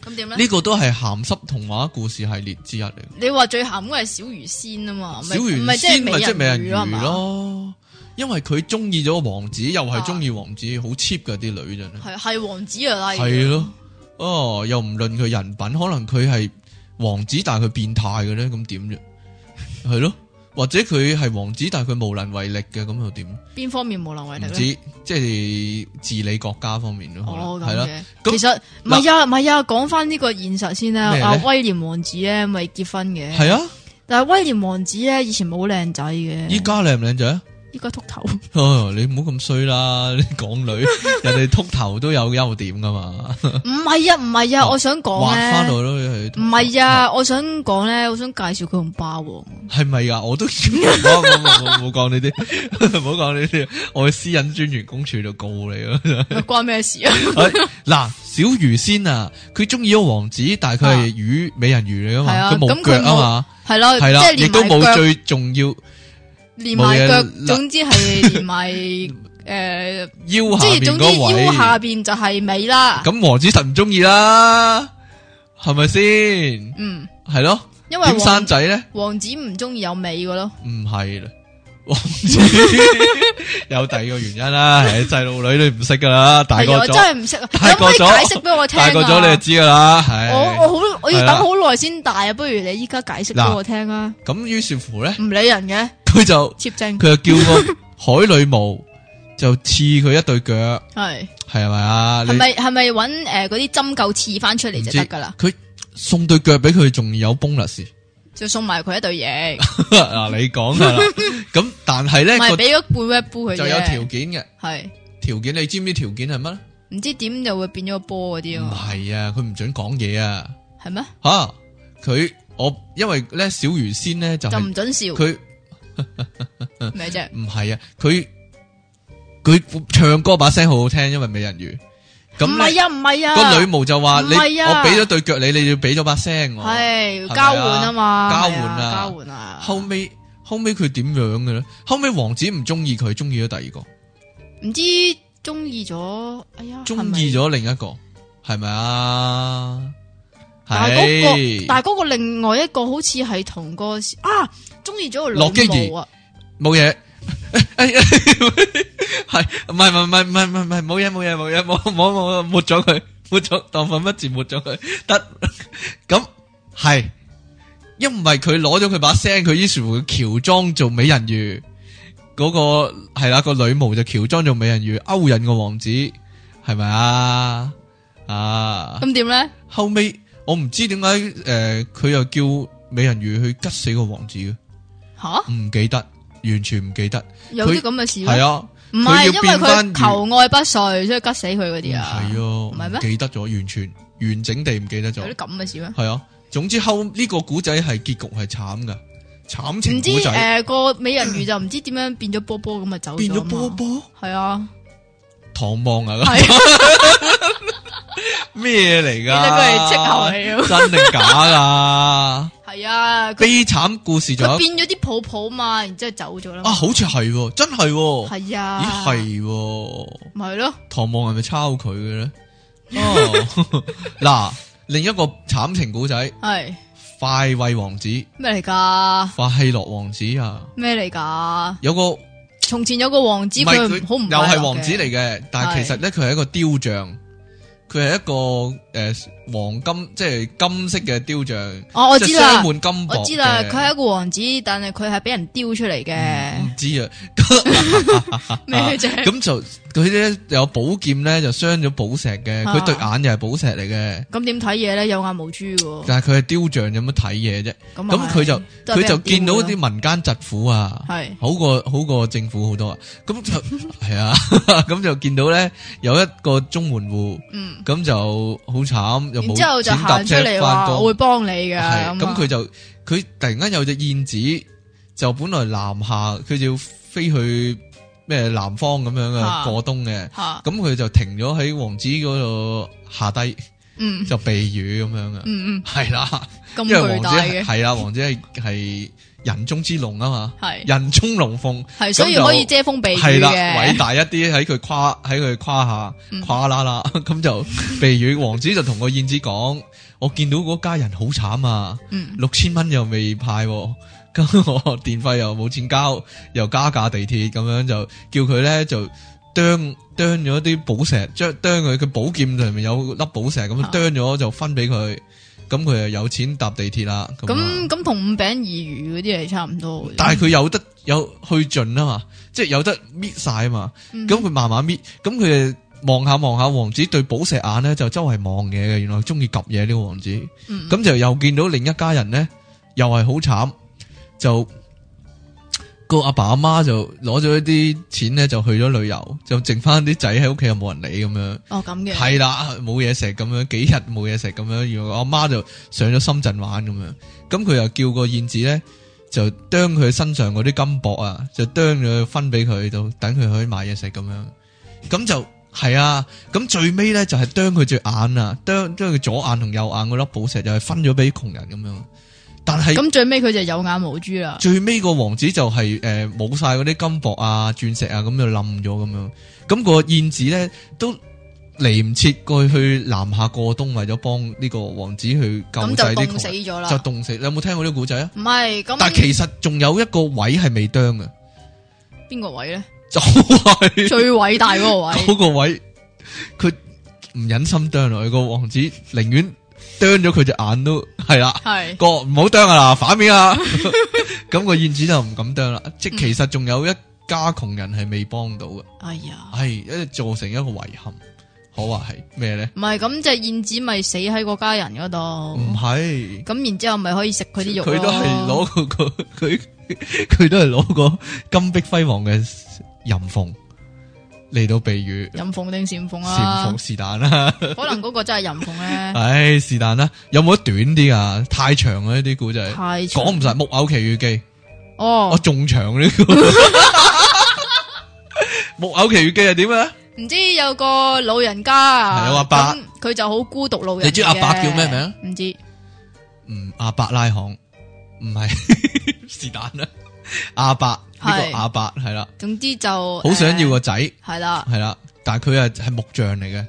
S1: 咁點咧？
S2: 呢、個个都系咸湿童话故事系列之一嚟。
S1: 你話最鹹嗰係小魚仙啊嘛，唔
S2: 小
S1: 係
S2: 魚
S1: 唔係即係
S2: 仙咪即係
S1: 美
S2: 美
S1: 人魚
S2: 人
S1: 咯，係
S2: 魚
S1: 嘛？
S2: 咯，因為佢中意咗個王子，又係中意王子，好 cheap 噶啲女真係，
S1: 係係王子啊，例如
S2: 係咯，哦，又唔論佢人品，可能佢係王子，但係佢變態嘅咧，咁點啫？係咯，或者佢係王子，但係佢無能為力嘅，咁又點？唔
S1: 邊方面無能為力咧？
S2: 知即係治理國家方面咯，
S1: 哦，
S2: 可
S1: 咁
S2: 能係啦。
S1: 嘅。
S2: 咁
S1: 其實唔係啊，唔係啊，講翻呢個現實先啦
S2: 咩。咧
S1: 阿威廉王子咧，咪結婚嘅。
S2: 係啊，
S1: 但係威廉王子咧，以前冇靚仔嘅。
S2: 依家靚唔靚仔啊？
S1: 依家秃 头，
S2: 哦，你唔好咁衰啦， 你港女，人哋秃头都有優點噶嘛，
S1: 唔系啊，唔系啊，我想讲
S2: 哦畫翻
S1: 咧，
S2: 落都係
S1: 唔系啊，我想讲咧，我想介绍佢同霸 王，
S2: 係咪啊？我都唔 好唔好唔好唔好講呢啲，唔 好講呢啲，我去私隱專員公署度告你 啊！
S1: 关咩事啊？
S2: 哎嗱，小魚仙啊，佢中意咗王子，但係佢係魚美人魚
S1: 啊
S2: 嚟噶
S1: 係
S2: 嘛，
S1: 啊
S2: 佢冇
S1: 咁佢
S2: 腳啊嘛，
S1: 系咯，
S2: 係啦，
S1: 即系
S2: 亦
S1: 连
S2: 都
S1: 埋
S2: 冇
S1: 脚，
S2: 最重要
S1: 连埋
S2: 冇
S1: 脚
S2: 嘢，啦
S1: 总之系 连埋诶，
S2: 腰下
S1: 即系
S2: 面
S1: 总之
S2: 嗰位
S1: 腰。下边就系尾啦。
S2: 咁王子神唔中意啦，係咪先？
S1: 嗯，
S2: 係咯，
S1: 因为
S2: 點生
S1: 王
S2: 仔咧？
S1: 王子唔中意有尾嘅咯，
S2: 唔係啦， 王 子有第二個原因啦，係細路女你唔識噶啦，大
S1: 系
S2: 個
S1: 啊，
S2: 咗，
S1: 真系唔识啊，
S2: 大
S1: 可唔
S2: 個
S1: 可以
S2: 咗
S1: 解释俾我听啊？
S2: 大個咗你就知噶啦，
S1: à？我
S2: 係。
S1: 我好我要
S2: 係
S1: 等
S2: 啦
S1: 好耐先大啊，不如你依家解釋俾
S2: 嗱
S1: 我聽啊！
S2: 咁於是乎咧，
S1: 唔理人嘅
S2: 佢就
S1: 貼正
S2: 佢就叫個 海女巫就刺佢一對腳，
S1: 係
S2: 係咪啊？
S1: 係
S2: 你
S1: 咪係咪揾誒嗰啲針灸刺翻出嚟就得㗎啦？
S2: 佢送對腳俾佢，仲有 bonus
S1: 就送埋佢一對嘢，
S2: 嗱，你 講噶啦。咁但係咧
S1: 唔係
S2: 個
S1: 俾咗半 web 杯佢
S2: 就有條
S1: 啫。
S2: 件嘅。
S1: 係
S2: 条件，你知唔知条件系乜咧？
S1: 唔知點就會變咗個波嗰啲
S2: 唔
S1: 啊？
S2: 系啊，佢唔准讲嘢啊，
S1: 係咩？
S2: 吓、佢我因为咧小鱼仙咧就
S1: 就
S2: 係
S1: 唔准笑
S2: 佢
S1: 咩啫？
S2: 唔系啊，佢佢唱歌把聲好好聽，因為美人魚。
S1: 唔
S2: 咁
S1: 係
S2: 咧
S1: 啊，唔係啊，
S2: 個女巫就話
S1: 唔
S2: 你
S1: 係啊
S2: 我俾咗對腳你，你要俾咗把聲我。
S1: 係
S2: 係咪啊
S1: 交換啊嘛，
S2: 交換
S1: 係
S2: 啊
S1: 交換啊，
S2: 後尾後尾佢點樣嘅咧？後尾王子唔中意佢，中意咗第二個，
S1: 哦唔知中意咗，哎呀，
S2: 中意
S1: 咗。
S2: 咗另一個，係咪啊？
S1: 但係嗰、
S2: 係
S1: 個，但係嗰個另外一個好似係同個啊，中意咗個
S2: 洛基
S1: 女
S2: 兒
S1: 巫啊，
S2: 冇嘢。 系唔系唔系唔系唔系唔系冇嘢冇嘢冇嘢冇冇冇抹咗佢抹咗当粉筆字抹咗佢得咁系，因為佢攞咗佢把聲，佢於是乎喬裝做美人魚嗰、個係啦、個女巫就喬裝做美人魚勾引個王子係咪啊啊
S1: 咁點咧？
S2: 後尾我唔知點解诶佢又叫美人魚去吉死個王子嘅
S1: 吓，
S2: 唔記得完全唔記得。
S1: 有啲咁嘅事
S2: 系
S1: 咩？
S2: 啊，
S1: 唔係
S2: 佢要
S1: 因為
S2: 變返
S1: 佢求愛不遂，所以吉死佢嗰
S2: 系
S1: 啲啊？
S2: 啊，唔
S1: 唔係咩
S2: 記得咗，完全完整地唔記得
S1: 有
S2: 咗
S1: 啲，咁嘅事咩？
S2: 係啊。總之後呢個古仔係結局係慘噶，慘情
S1: 唔知
S2: 古仔
S1: 誒個美人魚就唔知點樣變咗波波咁啊走
S2: 變咗
S1: 嘛
S2: 波，波
S1: 係啊，
S2: 唐望啊，
S1: 係啊
S2: 咩嚟
S1: 變咗佢
S2: 噶？
S1: 係戚後嚟
S2: 真定 假噶？
S1: 咁，係啊，佢
S2: 悲慘故事仲有
S1: 佢
S2: 一
S1: 變咗啲泡泡嘛，然之後走咗啦嘛
S2: 啊，，好似係喎，真係喎，
S1: 係啊，
S2: 咦係喎。
S1: 咪係咯？
S2: 唐望係咪抄 佢嘅咧？哦， 嗱，另一個慘情古仔，
S1: 係
S2: 快慰王子，
S1: 咩嚟㗎？
S2: 快樂王子啊！
S1: 咩嚟㗎？
S2: 有個唔
S1: 從前有個王子，
S2: 係
S1: 佢
S2: 佢
S1: 好唔
S2: 又係
S1: 係
S2: 王子嚟嘅，但係
S1: 係
S2: 其實咧佢係一個雕像，佢係一個诶、呃黃金即係金色嘅雕像，
S1: 哦，我知啦，
S2: 滿金箔
S1: 我
S2: 嘅
S1: 知啦，佢係一個王子，但係佢係俾人雕出嚟
S2: 唔
S1: 嘅，
S2: 知啊，
S1: 咩啫？
S2: 嗯咁就佢咧有寶劍咧就傷咗寶石嘅，
S1: 啊
S2: 佢對眼又係寶石嚟嘅，
S1: 咁點睇嘢咧？有眼無珠喎，
S2: 但係佢係雕像有乜睇嘢啫？
S1: 咁啊
S2: 咁佢就佢就見到啲民間疾苦啊，
S1: 係
S2: 好過好過政府好多啊。咁就 係啊， 咁就見到咧有一個中門户，
S1: 嗯，
S2: 咁就好慘，又
S1: 然之後就
S2: 冇錢搭
S1: 行出
S2: 車
S1: 嚟
S2: 翻
S1: 話我
S2: 工
S1: 會。幫你嘅，
S2: 係咁
S1: 啊
S2: 佢就佢突然間有隻燕子，就本來南下，佢就要飛去咩南方咁樣
S1: 啊
S2: 嘅過冬嘅。
S1: 嚇
S2: 咁佢就停咗喺王子嗰度下 低，
S1: 嗯
S2: 就避雨咁樣嘅。
S1: 嗯嗯
S2: 係啦，
S1: 咁
S2: 因為
S1: 巨
S2: 王
S1: 大
S2: 子係
S1: 嘅
S2: 係啦，王子係係人中之龍啊嘛，
S1: 係
S2: 人中龍鳳。
S1: 係，所以可以遮風避
S2: 系
S1: 雨
S2: 啦，
S1: 嘅
S2: 偉，大一啲喺佢跨喺佢跨下
S1: 嗯
S2: 跨啦 啦，咁就避雨。王子就同個燕子講：我見到嗰家人好慘啊，
S1: 嗯
S2: 六千蚊又未派喎，咁我電費又冇錢交，又加價地鐵，咁樣就叫佢咧就啄啄咗啲寶石，將啄佢佢寶劍上面有粒寶石咁
S1: 啊
S2: 啄咗就分俾佢，咁佢就有錢搭地鐵啦。咁啊
S1: 咁咁同五餅二魚嗰啲係差唔多嘅啫，
S2: 但係佢有得有去盡啊嘛，即係有得搣晒啊嘛。
S1: 嗯
S2: 咁佢慢慢搣，咁佢望下望下，王子對寶石眼咧就周圍望嘢嘅，原來中意及嘢呢個王子。
S1: 嗯
S2: 咁就又見到另一家人咧，又係好慘，就個阿爸阿媽就攞咗一啲錢咧，就去咗旅遊，就剩翻啲仔喺屋企又冇人理咁樣。
S1: 哦咁嘅，
S2: 係啦，冇嘢食咁樣，幾日冇嘢食咁樣，然後阿媽就上咗深圳玩咁樣，咁佢又叫個燕子咧，就啄佢身上嗰啲金箔啊，就啄咗分俾佢，就等佢可以買嘢食咁樣，咁就係啊，咁最尾咧就係啄佢隻眼啊，啄啄佢左眼同右眼嗰粒寶石，就係分咗俾窮人咁樣，但係。
S1: 咁最尾佢就有眼無珠啦。
S2: 最尾個王子就係誒冇晒嗰啲金箔啊、鑽石啊，咁就冧咗咁樣。咁、個燕子咧都嚟唔切過去南下過冬，為咗幫呢個王子去救
S1: 咁
S2: 濟
S1: 就
S2: 啲
S1: 凍
S2: 窮
S1: 死
S2: 人，
S1: 咗
S2: 就
S1: 啦。
S2: 凍死。你有冇聽過呢個古仔啊？
S1: 唔係
S2: 但
S1: 咁，
S2: 其實仲有一個位係未啄嘅，
S1: 邊個位咧？
S2: 就係、
S1: 最偉大嗰個位，
S2: 嗰個位，佢唔忍心啄落去個王子，寧願啄咗佢隻眼都係啦。
S1: 係
S2: 個唔好啄啊啦，反面啊！ 咁個燕子就唔敢啄啦。即
S1: 嗯
S2: 係其實仲有一家窮人係未幫到嘅，
S1: 哎呀，
S2: 係一造成一個遺憾，可話係咩咧？
S1: 唔係咁隻燕子咪死喺嗰家人嗰度，
S2: 唔係，
S1: 咁然之後咪可以食佢哦啲肉咯。
S2: 佢都係攞個 個佢佢都係攞個金碧輝煌嘅淫鳳嚟到避雨，
S1: 淫鳳定蟬鳳
S2: 蟬
S1: 啊
S2: 鳳？是但 啦，
S1: 可能嗰個真係淫鳳 咧，
S2: 唉是但啦，有冇得短啲啊？太長啦呢啲古仔，
S1: 太長
S2: 講唔晒《木偶奇遇記》。我
S1: 哦，
S2: 仲長 呢個木偶奇遇記係點啊？
S1: 唔知有個老人家啊，
S2: 係有阿伯
S1: 咁佢就好孤獨老人嚟嘅。
S2: 你知阿伯叫咩名
S1: 唔知
S2: 嗯，阿伯拉罕唔係 是但啦，阿伯呢
S1: 係
S2: 個阿伯係啦，
S1: 總之就
S2: 好想要個啊仔
S1: 係啦，
S2: 係啦，但係佢係係木匠嚟嘅，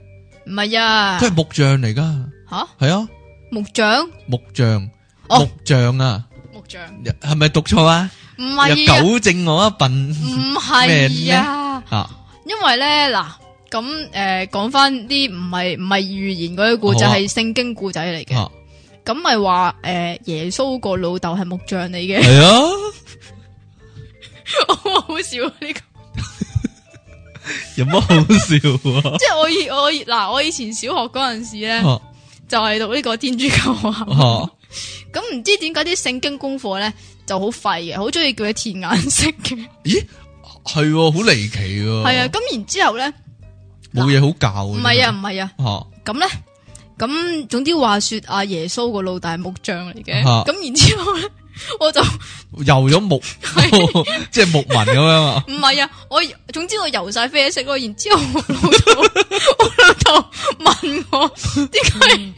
S1: 唔係啊
S2: 佢係木匠嚟噶，
S1: 吓
S2: 係啊，
S1: 木匠
S2: 木匠
S1: 哦
S2: 木匠啊，
S1: 木匠
S2: 係咪讀錯啊？
S1: 唔
S2: 又
S1: 係啊，
S2: 糾正我一笨
S1: 唔
S2: 咩
S1: 係啊
S2: 呢。啊！
S1: 因為咧嗱，咁誒講翻啲唔係唔係預言嗰啲故仔，
S2: 好啊
S1: 係聖經故仔嚟嘅。
S2: 啊
S1: 咁咪話誒耶穌個老豆係木匠嚟嘅，
S2: 係啊，
S1: 好好笑啊 呢個。
S2: 有乜好 笑啊
S1: 即係我以我以嗱我以前小學嗰陣時咧，
S2: 啊？
S1: 就係讀呢個天主教學校。
S2: 啊
S1: 咁唔知點解啲聖經功課咧就好廢嘅，好中意叫你填顏色嘅。
S2: 咦，係喎好離奇喎，
S1: 係啊，咁然之後咧，
S2: 冇嘢好教嘅
S1: 唔係啊，唔係啊，
S2: 吓
S1: 咁咧，咁總之話說阿耶穌個老大係木匠嚟嘅，
S2: 啊
S1: 咁然之後咧，我就。
S2: 游咗木， 即係木紋咁樣 啊！
S1: 唔係啊，我總之我游晒啡色咯，然之後我老豆，我老豆問我點 解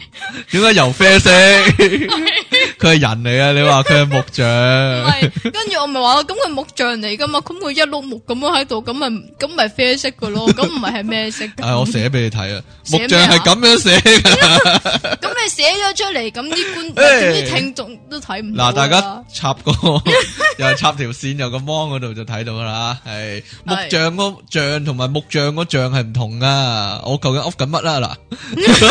S2: 點解 油啡色？佢係人嚟啊！你話佢係木匠，
S1: 唔係？跟住我咪話咯，咁佢木匠嚟噶嘛，咁佢一碌木咁樣喺度，咁咪咁咪啡色噶咯，咁唔係係咩色
S2: 係
S1: 噶
S2: 我？寫俾你睇啊！木
S1: 寫咩啊
S2: 匠係咁樣寫 㗎。
S1: 咁你寫咗出嚟，咁 啲
S2: 唉
S1: 觀啲聽眾都睇唔到㗎啦
S2: 嗱，大家插個 又插條線，由個芒嗰度就睇到㗎啦。係木
S1: 係
S2: 匠個匠同埋木匠個匠係唔同噶。我究竟噏緊乜啦？ 嗱，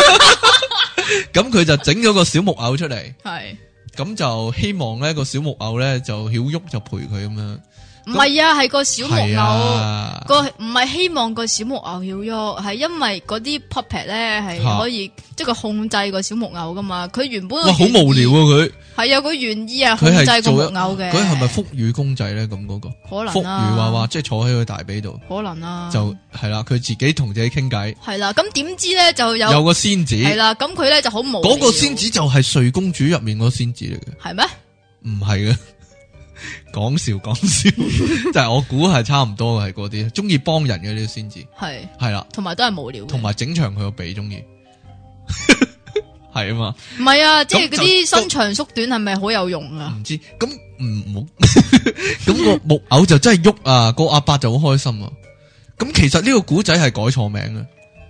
S2: 咁佢就整咗個小木偶出嚟。
S1: 係
S2: 咁就希望咧個小木偶咧就曉喐就陪佢咁樣。
S1: 唔係啊？係個小木
S2: 係
S1: 偶。
S2: 啊，
S1: 個唔係希望個小木偶曉喐，係因為嗰啲 puppet 咧
S2: 嚇
S1: 係可以即係佢控制個小木偶噶嘛。佢原本
S2: 哇，好無聊啊！佢
S1: 係啊，佢願意啊控
S2: 佢係
S1: 制個
S2: 做
S1: 木
S2: 一
S1: 偶嘅。
S2: 佢係咪福乳公仔咧？咁嗰個
S1: 可
S2: 福
S1: 能啦？
S2: 乳娃娃，即係坐喺佢大髀度
S1: 可能啦。
S2: 就係啦。佢自己同自己傾偈，
S1: 係啦，咁點知咧就
S2: 有
S1: 有
S2: 個仙子，
S1: 係啦，咁佢咧就好無
S2: 嗰
S1: 聊
S2: 個仙子就係睡公主入面嗰個仙子嚟嘅，
S1: 係咩？
S2: 唔係嘅。 講笑講 笑，但係我估係差唔多嘅，係嗰啲中意幫人嘅呢個仙子，
S1: 係，
S2: 係啦，
S1: 同埋都係無聊嘅。
S2: 同埋整長佢個鼻中意， 係啊嘛。
S1: 唔係啊，即係
S2: 咁
S1: 嗰
S2: 就
S1: 啲伸長縮短係咪好有用啊？
S2: 唔知咁唔好， 咁個木偶就真係喐啊！個阿伯就好開心啊！咁其實呢個古仔係改錯名嘅，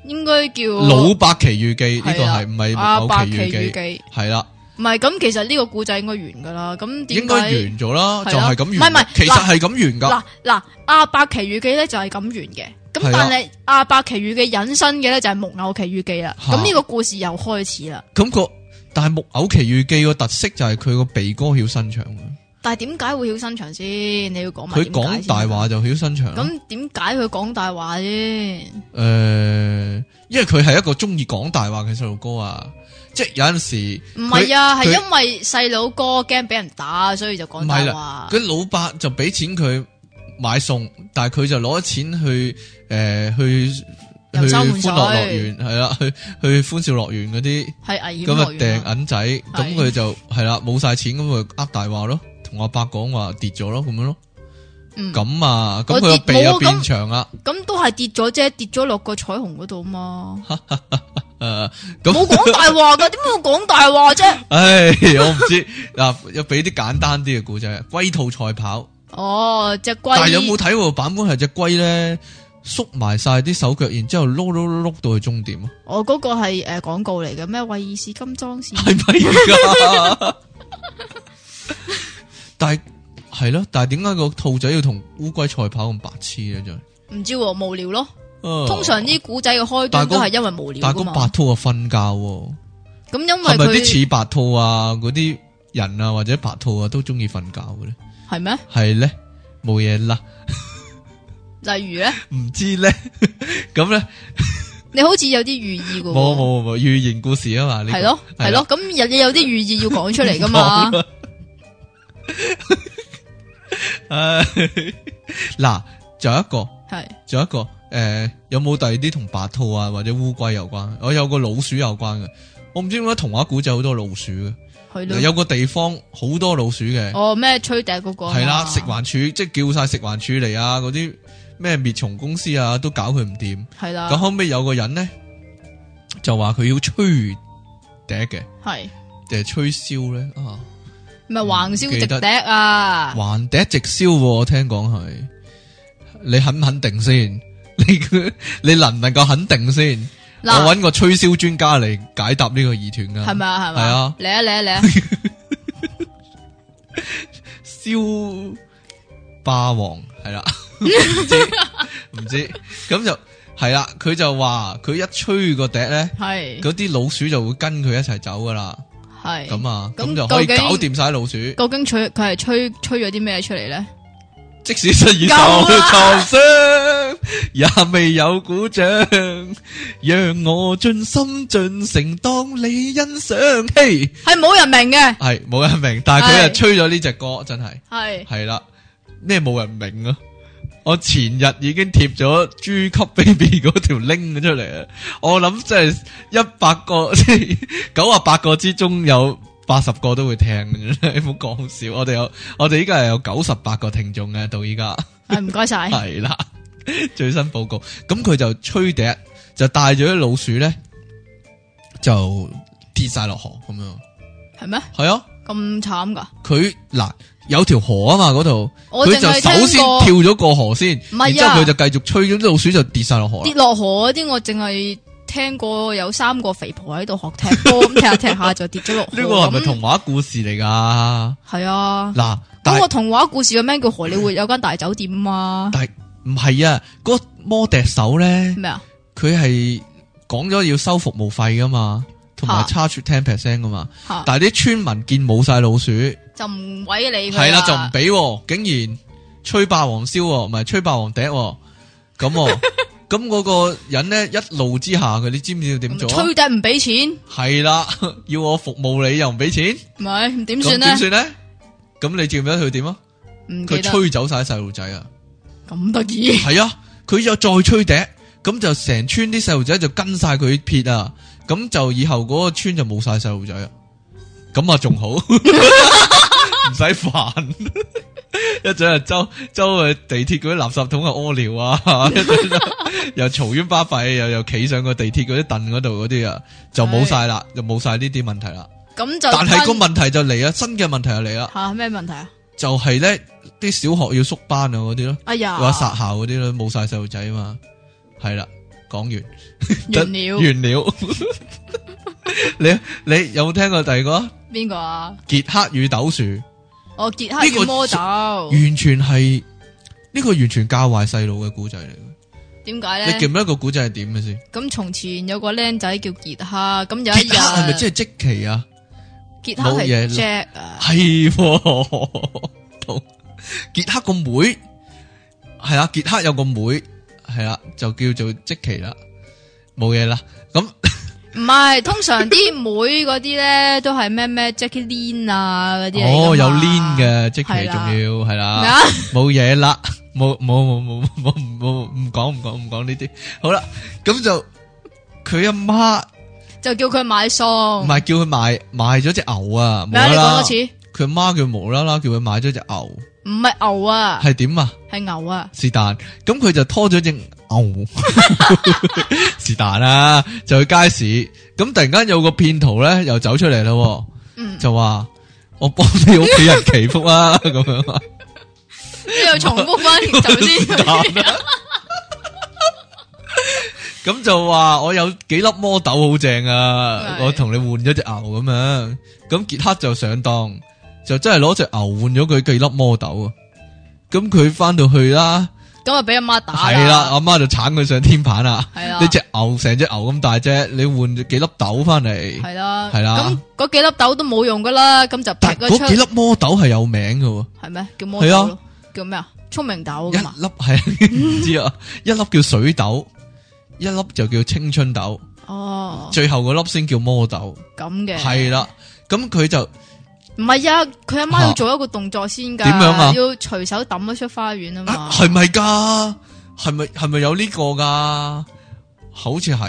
S1: 應該叫
S2: 《嗯老伯奇遇記》呢個
S1: 哦係啊
S2: 係唔係
S1: 阿
S2: 木
S1: 伯
S2: 偶
S1: 奇
S2: 奇遇
S1: 遇
S2: 記？
S1: 記。
S2: 係啦，
S1: 唔係咁，其實呢個故仔應該完噶啦。咁點
S2: 應該
S1: 解？
S2: 完咗啦，
S1: 係
S2: 就
S1: 啦
S2: 係咁
S1: 唔係
S2: 完
S1: 唔係
S2: 㗎。其實係咁完噶，
S1: 嗱嗱，阿伯奇遇記咧就係咁完嘅，
S2: 係啊
S1: 咁但係阿伯奇遇記引申嘅咧就係木偶奇遇記啦。
S2: 嚇
S1: 咁呢個故事又開始啦，
S2: 咁個但係木偶奇遇記個特色就係佢個鼻哥要伸長嘅，
S1: 但系点解會曉伸長先？你要講埋啊
S2: 佢
S1: 點解
S2: 講
S1: 先
S2: 大話就曉伸長啦。
S1: 咁點解佢講大話啫？
S2: 诶、因為佢係一個中意講大話嘅細路哥啊，即系有阵時
S1: 唔係啊，
S2: 佢
S1: 係
S2: 佢
S1: 因為細佬哥驚俾人打，所以就講
S2: 唔係
S1: 大
S2: 啦
S1: 話。
S2: 佢老伯就俾錢佢買餸，但系佢就攞錢去诶、誒去去
S1: 遊山玩
S2: 歡樂
S1: 水
S2: 樂園係啦， 去去歡笑樂園嗰啲。
S1: 係危險
S2: 咁啊
S1: 樂園啊
S2: 掟銀仔，咁佢就係啦，冇晒錢，咁佢呃大話咯，同阿伯講話跌咗咯，咁樣咯，
S1: 嗯
S2: 咁啊，咁佢
S1: 我跌
S2: 個鼻
S1: 冇啊
S2: 又變
S1: 咁
S2: 長啦，
S1: 咁都係跌咗啫，跌咗落個彩虹嗰度嘛。
S2: 诶，
S1: 冇
S2: 啊咁，
S1: 講大話噶，點會講大話啫？
S2: 唉，我唔知，嗱，又俾啲簡單啲嘅故仔，龜兔賽跑，
S1: 哦，只龜
S2: 但係有冇睇過版本係只龜咧縮埋晒啲手腳，然之后碌碌碌碌到去終 點啊？
S1: 我哦嗰個係诶广告嚟嘅咩？卫爾士金裝線
S2: 係咪噶？但係係咯，但係點解個兔仔要同烏龜賽跑咁白痴咧？真係。
S1: 唔知喎，無聊咯。
S2: 啊
S1: 通常啲古仔嘅開
S2: 但
S1: 端
S2: 係
S1: 都
S2: 嗰
S1: 係因為無聊
S2: 但
S1: 噶
S2: 係嗰白
S1: 嘛。
S2: 兔啊瞓覺喎，
S1: 咁因為
S2: 係咪啲
S1: 佢
S2: 似白兔啊嗰啲人啊或者白兔啊都中意瞓覺嘅咧？
S1: 係咩？
S2: 係咧，冇嘢啦，
S1: 例如咧，
S2: 唔知咧，咁咧
S1: 你好似有啲寓意噶。
S2: 冇冇冇寓言故事啊嘛，呢
S1: 系
S2: 個
S1: 啊咯，系咯，，咁有有啲寓意要講出嚟噶嘛
S2: 唔講？啦唉嗱，仲有一個，
S1: 係
S2: 仲有一個，诶，有冇第二啲同白兔啊或者烏龜有關？我有個老鼠有關嘅，我唔知點解童話古仔好多老鼠嘅，
S1: 係咯。
S2: 有個地方好多老鼠嘅。
S1: 哦，咩吹笛嗰個啊嘛
S2: 系啦，食環署即係叫晒食環署嚟啊，嗰啲咩滅蟲公司啊，都搞佢唔掂。
S1: 係
S2: 咁
S1: 啦，
S2: 後尾有個人呢，就話佢要吹笛嘅，
S1: 係
S2: 定係吹箫咧啊？
S1: 咪橫
S2: 唔
S1: 燒
S2: 記
S1: 直
S2: 得
S1: 笛啊？
S2: 還笛直箫喎，我聽講係。你肯唔肯定先？你 你能唔能夠肯定先？我啊
S1: 嗱，
S2: 揾個吹箫專家嚟解答呢個疑團噶。
S1: 係咪啊？係咪
S2: 係啊，
S1: 嚟啊嚟啊嚟 啊！
S2: 燒霸王係 啦，唔知唔知，咁就係啦。佢就話佢一吹個笛咧，
S1: 係
S2: 嗰啲老鼠就會跟佢一齊走噶啦。
S1: 係
S2: 咁啊，
S1: 咁
S2: 咁就可以
S1: 究竟
S2: 搞掂晒老鼠，
S1: 究竟吹佢係吹吹咗啲咩出嚟咧？
S2: 即使失意受
S1: 夠啦
S2: 創傷，也未有鼓掌，讓我盡心盡誠當你欣賞。嘿，
S1: 係冇人明嘅，
S2: 係冇人明，但係佢
S1: 係
S2: 就吹咗呢只歌，真係。
S1: 係
S2: 系啦，咩冇人明啊？我前日已經貼咗豬級 baby 嗰條 link 出嚟啊！我諗即係一百個，即係 九啊八個之中有八十個都會聽嘅啫， 你唔好講笑。我哋有我哋依家係有九十八個聽眾嘅，到依家
S1: 係唔該 晒，
S2: 係啦，最新報告。咁佢就吹笛，就帶咗啲老鼠咧，就跌晒落河咁樣。
S1: 係咩？
S2: 係啊，
S1: 咁慘㗎？
S2: 佢嗱有條河啊嘛嗰度。
S1: 我
S2: 佢
S1: 淨
S2: 就
S1: 係
S2: 首先
S1: 聽過
S2: 跳咗過河先，
S1: 係啊啊
S2: 然之後佢就繼續吹，咁啲老鼠就跌晒落河啦
S1: 跌。落河嗰啲，我淨係聽過有三個肥婆喺度學踢波，咁踢下踢下就跌咗落河。
S2: 呢個係咪
S1: 咁
S2: 童話故事嚟噶？
S1: 係啊？
S2: 嗱，但
S1: 咁
S2: 係
S1: 個童話故事嘅名叫荷里活有間大酒店啊嘛，
S2: 但係唔係啊？嗰個魔笛手咧，
S1: 咩啊？
S2: 佢係講咗要收服務費噶嘛，同埋
S1: 嚇
S2: charge ten percent 噶嘛。
S1: 吓
S2: 但係啲村民見冇晒老鼠，
S1: 就唔鬼你佢
S2: 係啦就唔俾喎，竟然吹霸王燒喎，唔係吹霸王笛喎，咁 喎咁嗰個人咧一怒之下，佢你知唔知要點做啊？
S1: 吹笛唔俾錢，
S2: 係啦， 要我服務你又唔俾錢。
S1: 咪咁點
S2: 咁
S1: 算
S2: 点
S1: 咧？
S2: 算咧？咁你記唔記得佢點啊？
S1: 唔記
S2: 佢
S1: 得
S2: 吹走晒細路仔啊！
S1: 咁得意，
S2: 係啊，佢又再吹笛，咁就成村啲細路仔就跟晒佢撇啊！咁就以後嗰個村就冇晒細路仔啊！咁啊仲好， 唔使煩。 一陣就周周去地鐵嗰啲垃圾桶啊屙尿啊，一 陣就又嘈冤巴閉，又又企上個地鐵嗰啲凳嗰度嗰啲啊，就冇晒啦，就冇晒呢啲問題啦。
S1: 咁就
S2: 但係個
S1: 分
S2: 問題就嚟啦，新嘅問題就嚟啦。
S1: 吓咩問題啊？
S2: 就係咧啲小學要縮班啊嗰啲咯，
S1: 哎呀，
S2: 或者殺校嗰啲咯，冇晒細路仔啊嘛，係啦，講完
S1: 完了
S2: 完了。 你你有冇聽過第二個啊
S1: 邊個啊？
S2: 傑克與豆樹？
S1: 哦，傑克與魔豆，
S2: 完全係呢、個完全教壞細路嘅古仔嚟嘅。
S1: 點解
S2: 你記唔
S1: 咧？
S2: 記得個古仔係點嘅先？
S1: 咁從前有個僆仔叫傑克，咁有一
S2: 傑克係咪
S1: 日
S2: 即係即奇啊？
S1: 杰克
S2: 冇嘢
S1: 係 Jack 啊，
S2: 系同杰克个妹系啦，杰克有个妹系啦，就叫做即奇啦，冇嘢啦。咁
S1: 唔係通常啲妹嗰啲咧都係咩咩 Jackie Lin 啊嗰啲嚟㗎嘛
S2: 哦有 link 嘅即奇
S1: 係
S2: 仲
S1: 啦
S2: 要系啦。
S1: 啊，
S2: 冇嘢啦，冇冇冇冇冇冇冇唔講唔講唔講呢啲，好啦，咁就佢阿媽
S1: 就叫佢買餸
S2: 唔。係叫佢賣賣咗只牛啊，無
S1: 咩啊？
S2: 啦
S1: 哦你講
S2: 啦
S1: 多，次，
S2: 佢阿媽叫無啦啦叫佢買咗只牛，
S1: 唔係牛啊，
S2: 係點啊？
S1: 係牛啊，
S2: 是但，咁佢就拖咗只牛， 是但啦，就去街市，咁突然間有個騙徒咧又走出嚟咯
S1: 嗯
S2: 喎，，就話我幫你屋企人祈福啊，咁樣啊。
S1: 你又重複翻頭 先嗰啲，
S2: 咁就話我有幾粒魔豆好正啊！
S1: 係
S2: 我同你換咗只牛咁樣，咁傑克就上當，就真係攞只牛換咗佢幾粒魔豆啊！咁佢翻到去啦，
S1: 咁啊俾阿媽打
S2: 係啦，，阿媽就鏟佢上天棚啦。
S1: 係啦啊
S2: 你只牛成隻牛咁大啫，你換咗幾粒豆翻嚟，
S1: 係啦，
S2: 係啦
S1: 咁嗰幾粒豆都冇用噶啦，咁就劈
S2: 但
S1: 咗
S2: 嗰幾
S1: 出，
S2: 粒魔豆係有名嘅喎。
S1: 係咩？叫魔豆咯，叫咩啊？聰明豆
S2: 一
S1: 噶嘛，
S2: 粒係 唔知啊，一粒叫水豆，一粒就叫青春豆，
S1: 哦，
S2: 最後嗰粒先叫魔豆。
S1: 咁嘅，
S2: 系啦，咁佢就
S1: 唔係啊？佢阿媽要做一個動作先㗎，
S2: 點樣啊
S1: 要隨手抌咗出花園啊嘛，
S2: 系咪噶？系咪系咪有呢个噶？好似系，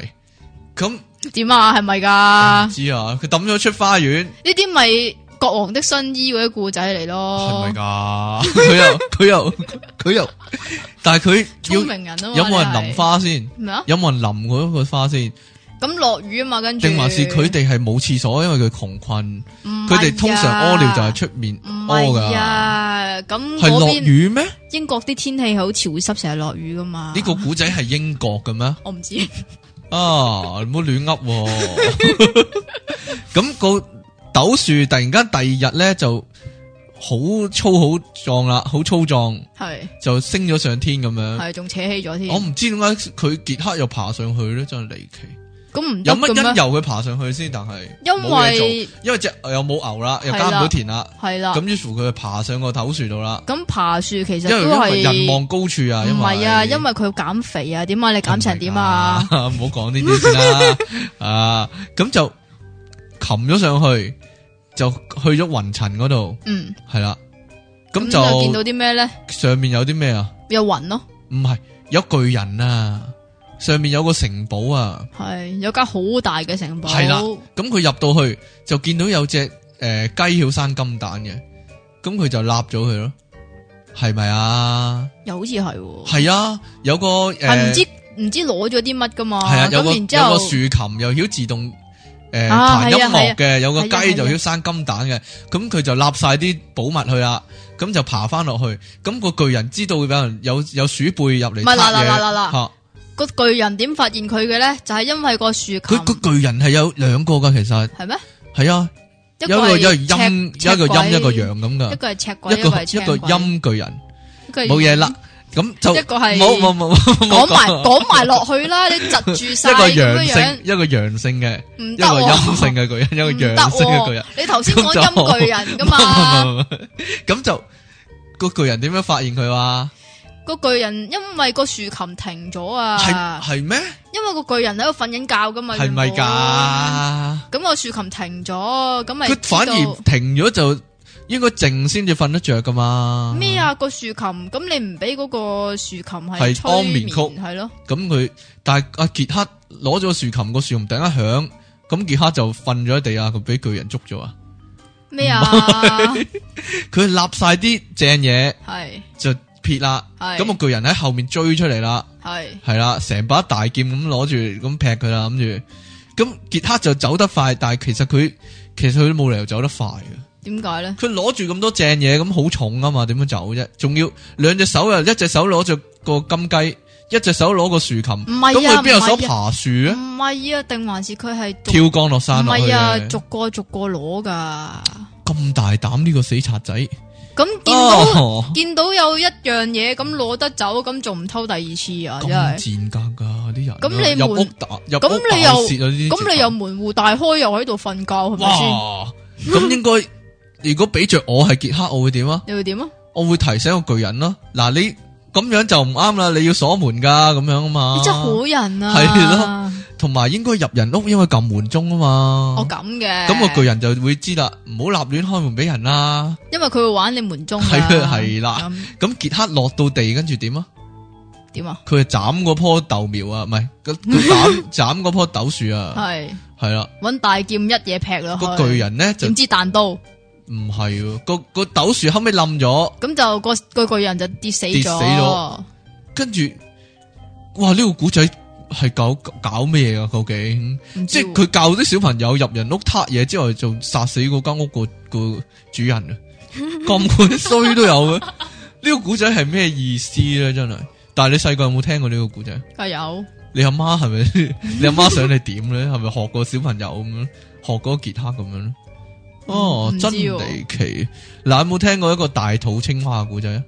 S2: 咁唔
S1: 點啊？係咪㗎？
S2: 知啊。佢抌咗出花园，
S1: 呢啲咪國王的新衣嗰啲故仔嚟
S2: 系
S1: 咯
S2: 咪，噶？ 佢又佢又佢又，但系佢
S1: 聰
S2: 要
S1: 明人啊嘛，
S2: 有冇人
S1: 你係
S2: 淋？花先？
S1: 咩啊？
S2: 有冇人淋嗰個花先？
S1: 咁落雨啊嘛，跟住
S2: 定還是佢哋係冇廁所，因為佢窮困，
S1: 唔係
S2: 佢哋通常屙尿就係
S1: 啊
S2: 出面
S1: 唔
S2: 屙
S1: 係
S2: 噶。
S1: 啊，咁
S2: 係
S1: 嗰
S2: 落
S1: 邊
S2: 雨咩？
S1: 英國啲天氣好潮濕，成日落雨噶嘛？
S2: 呢個古仔係英國嘅咩？
S1: 我唔 知，
S2: 啊，唔好乱噏喎。 咁個豆樹突然間第二日咧就好粗好壯啦，好粗壯
S1: 係
S2: 就升咗上天咁樣。
S1: 係仲扯起咗
S2: 我
S1: 添。
S2: 唔知點解佢傑克又爬上去咧，真係離奇。
S1: 咁唔得
S2: 有乜因
S1: 嘅咩？
S2: 由佢爬上去先？但係
S1: 因
S2: 冇嘢做
S1: 為
S2: 因為只又冇牛啦，又
S1: 係
S2: 耕
S1: 啦
S2: 唔到田啦，
S1: 係啦，
S2: 咁於是乎佢就爬上個豆樹度啦。
S1: 咁爬樹其實
S2: 因為
S1: 都
S2: 因為人
S1: 係
S2: 望高處啊，因
S1: 唔
S2: 為
S1: 係啊？因為佢要減肥啊？點啊？你減成點啊？
S2: 唔好讲呢啲先 啦。啊，咁就擒咗上去，就去咗云层嗰度，
S1: 嗯，
S2: 系啦。咁
S1: 就見
S2: 就
S1: 到啲咩咧？
S2: 上面有啲咩啊？
S1: 有雲咯，
S2: 唔系有巨人啊，上面有个城堡啊。
S1: 係有間好大嘅城堡，
S2: 係啦咁佢入到去就见到有呃只诶鸡晓生金蛋嘅，咁佢就立咗佢咯。系咪啊？
S1: 又好似係喎，
S2: 系啊，有个
S1: 哦係唔
S2: 诶
S1: 知唔知攞咗啲乜噶嘛？
S2: 系啊，有個
S1: 哦咁
S2: 有
S1: 然之後
S2: 個。竖琴又曉自動诶
S1: 啊
S2: 彈
S1: 係
S2: 音
S1: 啊
S2: 樂嘅，有個
S1: 係啊係
S2: 雞
S1: 啊
S2: 就曉生金蛋嘅，咁佢就立晒啲寶物去啦，咁就爬翻落去，咁個巨人知道有人有有鼠輩入嚟
S1: 唔係嗱嗱
S2: 撻
S1: 嗱
S2: 嘢，
S1: 嗱嗱
S2: 嚇
S1: 个巨人點發現佢嘅咧？就係因為個樹
S2: 佢
S1: 琴
S2: 個巨人係有兩個噶，其實
S1: 係咩？
S2: 係啊，
S1: 一
S2: 有一個
S1: 個
S2: 有
S1: 係
S2: 一個陰
S1: 赤
S2: 一個陰
S1: 赤鬼
S2: 一個陽咁
S1: 一
S2: 噶，
S1: 個係赤鬼，
S2: 一
S1: 一
S2: 個
S1: 個係
S2: 一
S1: 赤
S2: 個
S1: 鬼，
S2: 陰巨人，
S1: 一個係
S2: 冇嘢啦，咁就
S1: 一個係
S2: 冇冇冇冇冇
S1: 講埋
S2: 講
S1: 講埋落去啦，你 窒住晒
S2: 一個
S1: 咁樣
S2: 陽
S1: 樣
S2: 性，一個陽性嘅，
S1: 唔
S2: 一
S1: 得
S2: 個陰性
S1: 喎，
S2: 嘅巨人，一個
S1: 唔
S2: 陽性嘅巨人
S1: 得。喎你頭先講
S2: 咁就
S1: 陰巨人 噶嘛？
S2: 唔咁就個巨人點樣發現佢話？
S1: 個巨人因為個樹琴停咗
S2: 係
S1: 啊，
S2: 係咩？
S1: 因為個巨人喺度瞓緊覺噶嘛，
S2: 係咪
S1: 原本？
S2: 㗎？
S1: 咁個樹琴停咗，咁咪
S2: 佢反
S1: 知道
S2: 而停咗就應該靜先至瞓得着㗎嘛？
S1: 咩？啊？個樹琴咁你唔俾嗰個樹琴
S2: 係
S1: 係
S2: 安
S1: 催
S2: 眠
S1: 眠
S2: 曲
S1: 係咯？
S2: 咁佢但係阿傑克攞咗個豎琴，個豎琴突然間響，咁傑克就瞓咗喺地啊！佢俾巨人捉咗啊！
S1: 咩啊？
S2: 佢立晒啲正嘢
S1: 係
S2: 就撇啦，
S1: 係
S2: 咁個巨人喺後面追出嚟啦。
S1: 係。
S2: 系啦，成把大劍咁攞住咁劈佢啦，諗住咁傑克就走得快，但係其實佢其實佢都冇理由走得快嘅。
S1: 點解咧？
S2: 佢攞住咁多正嘢，咁好重啊嘛，點樣走啫？仲要兩隻手啊，一隻手攞住個金雞，一隻手攞個豎琴，
S1: 唔係
S2: 咁佢
S1: 啊
S2: 邊有手
S1: 唔係啊
S2: 爬樹咧？
S1: 唔係啊，定還是佢係逐
S2: 跳江落山
S1: 唔
S2: 落去
S1: 係啊，逐
S2: 嘅，
S1: 個逐個攞噶。
S2: 咁大膽呢個死賊仔！
S1: 咁見到
S2: 哦
S1: 見到有一樣嘢咁攞得走，咁仲唔偷第二次啊？
S2: 咁
S1: 真係。
S2: 賤格㗎啲人，啊
S1: 咁你
S2: 入
S1: 門
S2: 屋打入
S1: 咁
S2: 屋
S1: 你
S2: 打
S1: 又
S2: 竊啊呢啲直
S1: 咁你
S2: 頭
S1: 又門户大開，又喺度瞓覺，係咪先？
S2: 哇！咁應該如果俾着我係傑克，我會點啊？
S1: 你會點啊？
S2: 我會提醒個巨人咯。嗱，你咁樣就唔啱啦，你要鎖門噶咁樣啊嘛。
S1: 你真係好人啊！
S2: 係咯，同埋應該入人屋，因為撳門鐘啊嘛。
S1: 我哦咁嘅。
S2: 咁個巨人就會知啦，唔好立亂開門俾人啦。
S1: 因為佢會玩你門鐘㗎。
S2: 係啊係啦
S1: 咁
S2: 咁傑克落到地，跟住點啊？
S1: 點啊？
S2: 佢係斬嗰棵豆苗啊，唔係佢佢斬斬嗰棵豆樹啊，
S1: 係
S2: 係啦。
S1: 搵大劍一嘢劈落
S2: 個
S1: 去。
S2: 巨人咧就
S1: 點知彈刀，
S2: 唔係喎，個個豆樹後尾冧咗，
S1: 咁就個個巨人就跌死咗。
S2: 跌死咗跟住哇呢個古仔係搞搞咩啊？究竟
S1: 唔
S2: 即
S1: 知
S2: 係佢教啲小朋友入人屋撻嘢之外，就殺死嗰間屋個個主 人啊！咁鬼衰都有嘅，呢個古仔係咩意思咧？真係，但係你細個有冇聽過呢個古仔？
S1: 加油！
S2: 你阿媽 係咪？你阿媽想你點咧？係咪學個小朋友咁樣，學嗰個吉他咁樣咧？哦
S1: 唔，知
S2: 真
S1: 喎
S2: 離奇！嗱，有冇聽過一個大肚青蛙嘅故仔啊？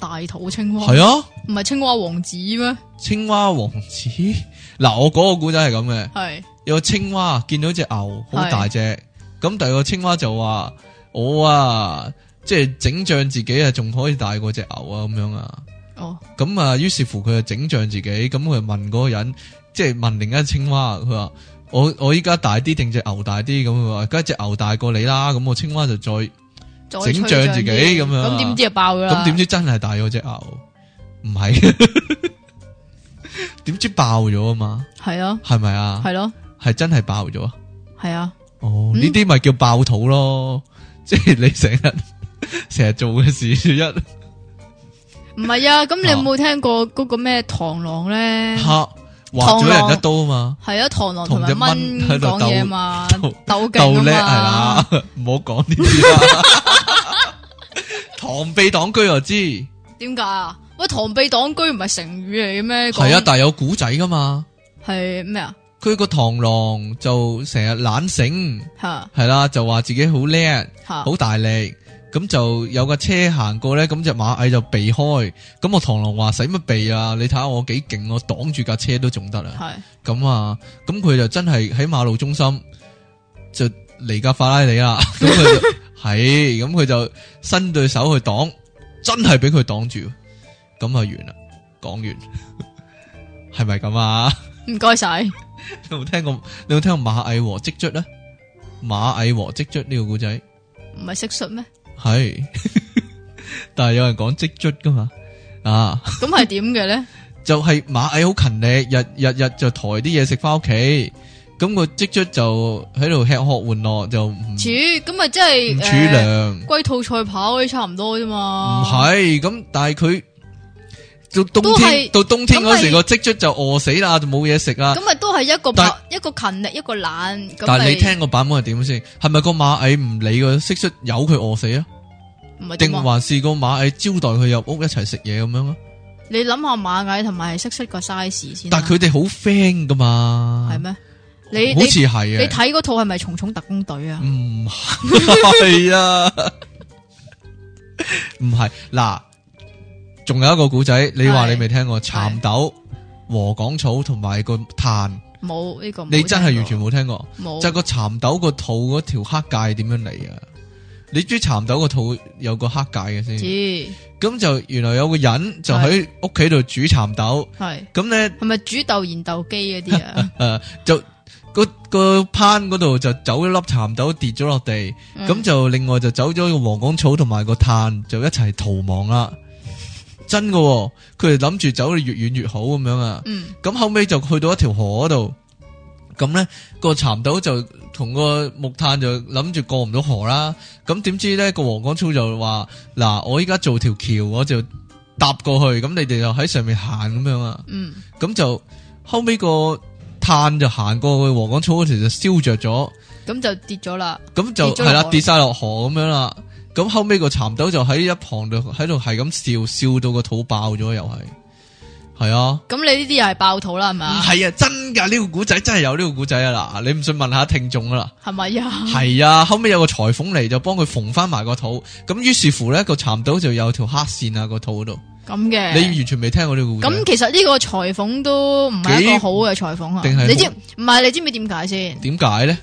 S1: 大肚青蛙，
S2: 係啊，
S1: 唔係青蛙王子咩？
S2: 青蛙王子。 嗱，我嗰個故仔係咁嘅，
S1: 係
S2: 有個青蛙見到只牛好
S1: 係
S2: 大隻，咁第二個青蛙就話：我啊，即係整脹自己啊，仲可以大過隻牛啊，咁樣啊。
S1: 哦，
S2: 咁啊，於是乎佢就整脹自己，咁佢就問嗰個人，即係問另一隻青蛙，佢話：我我依家大啲定只牛大啲？咁佢話：梗係只牛大過你啦。咁我青蛙就再，
S1: 再吹
S2: 整脹
S1: 脹
S2: 自己
S1: 啲
S2: 咁樣啊
S1: 咁點知就爆咗啦？
S2: 咁點知真係大過只牛？唔係， 點知爆咗啊嘛？
S1: 係啊？
S2: 係咪啊？
S1: 係咯，
S2: 係真係爆咗啊！
S1: 係啊，
S2: 哦，
S1: 嗯
S2: 呢啲咪叫爆肚 咯，即係你成日成日做嘅 事一
S1: 唔係啊？咁你有冇聽過嗰個咩螳螂咧？
S2: 吓劃咗人一刀啊嘛！
S1: 係啊，螳螂同埋
S2: 啊同隻蚊喺
S1: 蚊
S2: 度
S1: 講嘢 嘛
S2: 鬥，
S1: 鬥
S2: 鬥
S1: 勁
S2: 叻係
S1: 啊
S2: 啦， 唔好講呢啲啦。 螳臂擋車又知，係
S1: 嘛？點解啊？喂，螳臂擋車唔係成語嚟嘅咩？講
S2: 啊，但係有古仔噶嘛。
S1: 係咩啊？
S2: 佢個螳螂就成日懶醒，
S1: 吓
S2: 係啦，就話自己好叻，
S1: 吓，
S2: 好大力。咁就有架車行過咧，咁只馬蟻就避開。咁我螳螂話使乜避啊？你睇下我幾勁，我擋住架車都仲得啊！
S1: 係
S2: 咁啊，咁佢就真係喺馬路中心就嚟架法拉利啦。咁佢就係，咁佢就伸對手去擋，真係俾佢擋住。咁啊完啦，講完係咪咁啊？
S1: 唔該晒。
S2: 你有冇聽過？你有冇聽過馬蟻和積卒咧？馬蟻和積卒呢個故 仔
S1: 唔係蟋蟀咩？
S2: 係，但係有人講積卒噶嘛？啊！
S1: 咁係點嘅 咧？
S2: 就係馬蟻好勤力，日日日就抬啲嘢食翻屋企，咁個積卒就喺度吃喝玩樂，就唔
S1: 處咁咪即係
S2: 唔
S1: 誒
S2: 儲糧，
S1: 龜兔賽跑嗰啲差唔多啫嘛。
S2: 唔係咁，但係佢到冬
S1: 都
S2: 天
S1: 係
S2: 到冬天嗰時
S1: 咁咪
S2: 個積卒就餓死啦，就冇嘢食啦。
S1: 咁咪都係一個
S2: 但
S1: 拍一個勤力一個懶。咁
S2: 但係
S1: 咪
S2: 你聽個版本係點先？係咪個馬蟻唔理個積卒由佢餓死啊？
S1: 唔係
S2: 定
S1: 點啊？
S2: 還是個馬蟻招待佢入屋一齊食嘢咁樣啊？
S1: 你諗下螞蟻同埋蟋蟀個 size 先啦。
S2: 但係佢哋好 friend 噶嘛？
S1: 係咩？你
S2: 好
S1: 你
S2: 似係啊
S1: 你。睇嗰套係咪《蟲蟲特工隊》啊？
S2: 唔係 啊，唔係嗱，仲有一個古仔，你話
S1: 係
S2: 你未聽過蠶豆、禾秆草同埋個炭，
S1: 冇呢個冇聽過，
S2: 你真係完全冇聽過。
S1: 冇。
S2: 就係個蠶豆個肚嗰條黑界點樣嚟啊？你知蠶豆個肚有個黑界嘅先，
S1: 知
S2: 咁就原來有個人就喺屋企度煮蠶豆，
S1: 係
S2: 咁咧
S1: 係咪煮豆燃豆機嗰啲啊？
S2: 誒就個個攀嗰度就走一粒蠶豆跌咗落地。
S1: 嗯
S2: 咁就另外就走咗個黃廣草同埋個炭，就一齊逃亡啦。真噶、喎，佢哋諗住走得越遠越好咁樣啊。
S1: 嗯
S2: 咁後尾就去到一條河嗰度，咁咧個蠶豆就同個木炭就諗住過唔到河啦。咁點知咧個黃廣草就話：嗱，我依家做條橋，我就搭過去，咁你哋就喺上面行咁樣啊。
S1: 嗯
S2: 咁就後尾個炭就行過去黃廣草嗰時就燒着咗。
S1: 咁就跌咗啦。
S2: 咁就
S1: 跌咗落
S2: 係啦，
S1: 河
S2: 跌晒落河咁樣啦。咁後尾個蠶豆就喺一旁度喺度係咁笑，笑到個肚爆咗又係，係啊，
S1: 咁你呢啲又係爆肚啦，係咪
S2: 唔
S1: 啊？
S2: 係啊，真噶呢、個古仔真係有呢個古仔啊嗱，你唔信問下聽眾啦。
S1: 係咪啊？
S2: 係啊，後尾有個裁縫嚟就幫佢縫翻埋個肚，咁於是乎咧個蠶豆就有條黑線啊個肚度。
S1: 咁
S2: 你
S1: 嘅。
S2: 完全未聽過呢個古仔？
S1: 咁其實呢個裁縫都唔係一
S2: 幾
S1: 個好嘅裁縫啊！
S2: 定係
S1: 你知唔係？你知唔知點解先？
S2: 點解咧？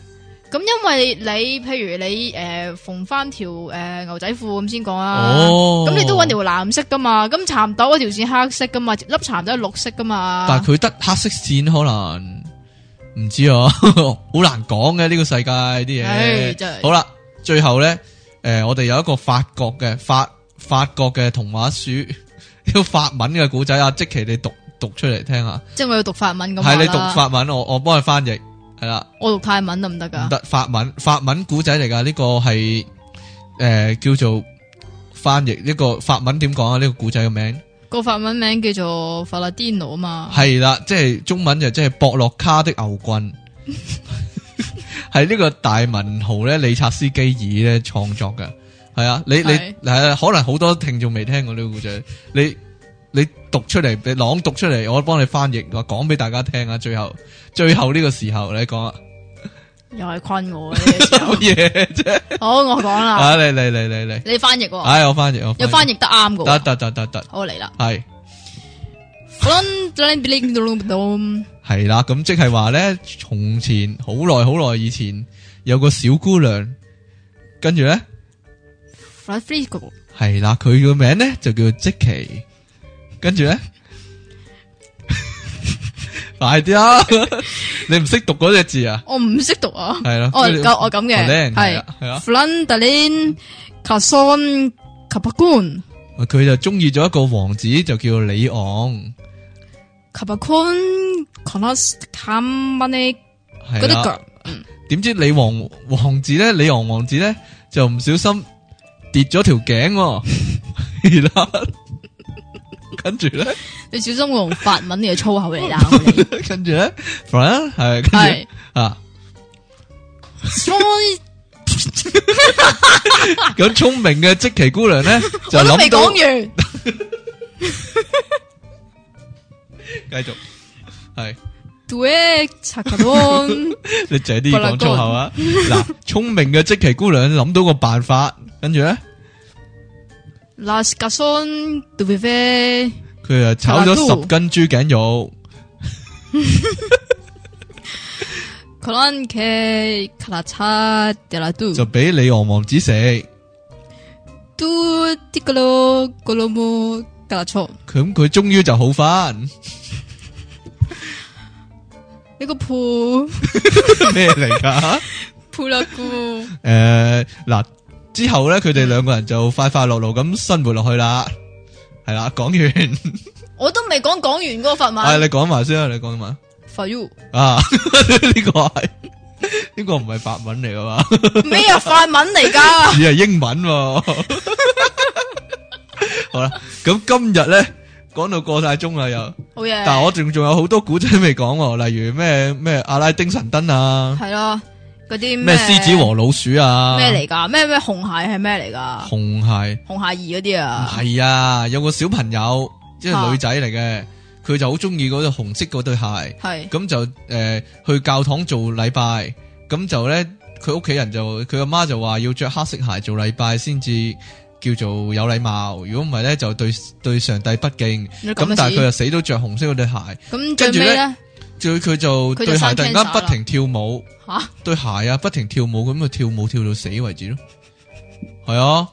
S1: 咁因為你譬如你诶缝翻條诶牛仔褲咁先講啊，
S2: 哦，
S1: 咁你都搵條藍色噶嘛，咁蠶豆嗰條線黑色噶嘛，粒蠶豆係綠色噶嘛，
S2: 但系佢得黑色线可能唔知啊， 好难讲嘅呢个世界啲
S1: 唉
S2: 嘢。
S1: 真係
S2: 好啦，最后咧，诶、我哋有一个法国嘅法法国嘅童话书， 呢个法文嘅古仔啊，即其你读读出嚟听下，
S1: 即係我要讀法文咁話啦
S2: 系你读法文，我我帮佢翻译，系啦，
S1: 我讀泰文得唔得
S2: 唔
S1: 噶？
S2: 得法文法文古仔嚟噶，呢、個个系诶、誒叫做翻译呢个法文点讲啊？呢、個个古仔嘅名。
S1: 個法文名叫做法拉丁奴啊 嘛，
S2: 系啦，即系中文就即系博洛卡的牛 棍，系呢个大文豪咧理察斯基爾咧創作嘅，係啊，你你
S1: 係
S2: 系啊，可能好多聽眾未聽過呢個故仔，你你读出嚟，你朗讀出嚟，我幫你翻譯，我講俾大家聽啊，最後最後呢個時候你講啊，
S1: 又係困我嘅呢個時候
S2: 好嘢啫，
S1: 好，我講啦，
S2: 啊嚟嚟嚟 嚟嚟，
S1: 你翻譯喎，
S2: 唉，我翻譯我
S1: 又翻譯得啱噶
S2: 譯，得，得得得得，
S1: 好嚟啦。
S2: 係。
S1: Flon-
S2: 系啦，咁即系话咧，从前好耐好耐以前有个小姑娘，跟住咧
S1: Flafrico
S2: 系啦，佢个名咧就叫即奇，跟住咧 快啲啦， 你唔识读嗰只字啊？
S1: 我唔識讀啊，
S2: 系啦，
S1: 我咁我咁嘅
S2: 哦
S1: 係
S2: 靚係啦係啊啦
S1: f l a n d a l i n Cason Capacun
S2: 佢就中意咗一个王子，就叫李昂，
S1: Capacun Conas Camane
S2: 系
S1: 嗰啲
S2: 啦。
S1: 腳
S2: 点知李王王子咧，李王王子咧就唔小心跌咗条颈喎， 係啦，跟住咧。
S1: 你小心我用法文嘅粗口嚟啦， 我哋
S2: 跟住咧 f r a n 系跟
S1: 係
S2: 住啊，
S1: Strong-
S2: 咁聰明嘅即奇姑娘咧就
S1: 我都未講
S2: 諗到，
S1: 完
S2: 繼續係
S1: Due Chacadon
S2: 你借啲
S1: 不啦
S2: 講粗口啊！嗱，聰明嘅即奇姑娘諗到個辦法，跟住咧
S1: Las Cason Duve
S2: 佢就炒咗十斤豬頸肉，
S1: Colan Ke Calacha De La Du
S2: 就俾李昂王子食，
S1: Du Ticolo Golomo Calacho
S2: 咁佢終於就好翻
S1: 呢個鋪。
S2: 咩嚟㗎？
S1: 普拉姑
S2: 诶，呃嗱之後咧，佢哋兩個人就快快樂樂咁生活落去啦。係啦，講完，系
S1: 我都未講講完嗰個法
S2: 你
S1: 文。
S2: 講埋先啊，你講埋。
S1: 法 u
S2: 啊， 呢个系呢个唔系法文嚟 噶嘛，
S1: 咩啊？法文嚟噶
S2: 而？系英文喎。好啦，咁今日咧讲到过晒钟啦又，
S1: 好嘢。
S2: 但系我仲仲有好多古仔未讲喎，例如咩咩阿拉丁神灯啊，
S1: 係咯，嗰啲
S2: 咩狮子和老鼠啊，
S1: 咩嚟㗎？咩咩紅蟹係咩嚟㗎？
S2: 红鞋
S1: 紅蟹二嗰啲啊？
S2: 系啊，有个小朋友即系
S1: 啊
S2: 女仔嚟嘅，佢就好中意嗰對紅色嗰對鞋。
S1: 係
S2: 咁就诶、呃去教堂做禮拜，咁就咧佢屋企人就佢阿媽就話要着黑色鞋做禮拜先至叫做有禮貌，如果唔係咧就對對上帝不敬。
S1: 咁
S2: 咁
S1: 嘅
S2: 但係佢
S1: 事
S2: 又死都着紅色嗰對鞋，
S1: 咁最
S2: 跟住
S1: 尾
S2: 呢
S1: 咧
S2: 最佢就
S1: 佢就
S2: 對鞋
S1: 生
S2: 突然
S1: cancer
S2: 間
S1: 啦
S2: 不停跳舞，
S1: 吓
S2: 對鞋啊不停跳舞，咁就跳舞跳到死為止咯。係啊，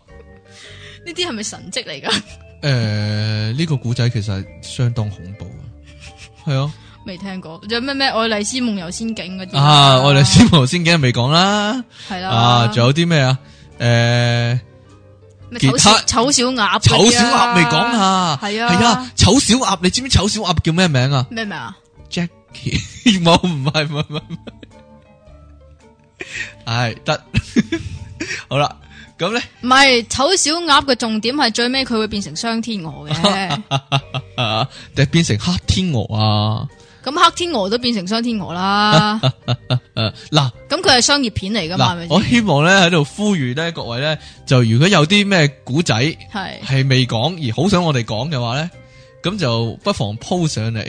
S1: 呢啲係咪神跡嚟㗎？
S2: 诶、呃呢、個古仔其實相當恐怖啊，係啊。
S1: 未聽過。仲有咩咩愛麗絲夢遊仙境嗰啲
S2: 啊，我哋先頭先嘅未講啦，
S1: 係啦。
S2: 啊，仲有啲咩啊？诶、
S1: 咩
S2: 吉
S1: 醜小
S2: 他
S1: 醜小鴨嗰啲啊？
S2: 丑小鸭未讲啊，
S1: 係啊
S2: 系啊，丑小鸭，你知唔知丑小鸭叫咩名啊
S1: 咩名啊？
S2: ？Jackie，冇 唔系唔系唔系，系得 好啦，咁咧
S1: 唔係醜小鴨嘅重點係最尾佢會變成雙天鵝 嘅。
S2: 啊，就变成黑天鹅啊，
S1: 咁黑天鵝都變成雙天鵝 啦，
S2: 诶呃嗱
S1: 咁佢係商業片嚟噶嘛？係咪
S2: 嗱，
S1: 先
S2: 我希望咧喺度呼吁咧各位咧，就如果有啲咩古仔系
S1: 係
S2: 未讲而好想我哋讲嘅话咧，咁就不妨铺上嚟，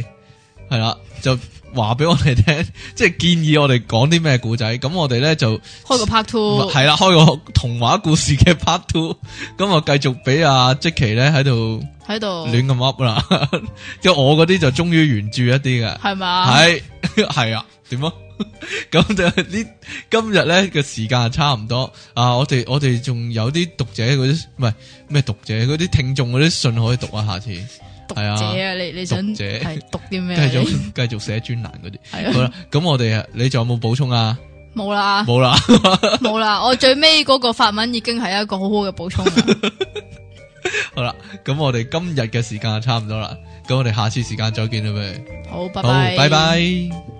S2: 系啦，就话俾我哋听，即系建议我哋讲啲咩古仔，咁我哋咧就。
S1: 開個 part two，
S2: 系啦，开个童话故事嘅 part two，咁我继续俾阿即奇咧喺度
S1: 喺度
S2: 乱咁 up 啦， 即系我嗰啲就忠于原著一啲嘅，
S1: 係嘛？
S2: 系系啊，点啊？ 咁就呢今日咧嘅時間差唔多啊！我哋我哋仲有啲讀者嗰啲唔係咩讀者嗰啲聽眾嗰啲信可以讀啊，下次繼
S1: 讀者
S2: 係啊
S1: 啊，你你想
S2: 讀者
S1: 係讀啲咩？
S2: 續
S1: 你
S2: 繼續寫專欄 嗰啲。
S1: 係
S2: 好
S1: 啊，
S2: 啦，咁我哋你仲有冇補充啊？
S1: 冇啦
S2: 冇啦，
S1: 冇啦，我最尾嗰個法文已經係一個好好嘅補充啦。
S2: 好啦，咁我哋今日嘅時間就差唔多啦，咁我哋下次時間再見啦，咪
S1: 好，拜
S2: 好，拜拜。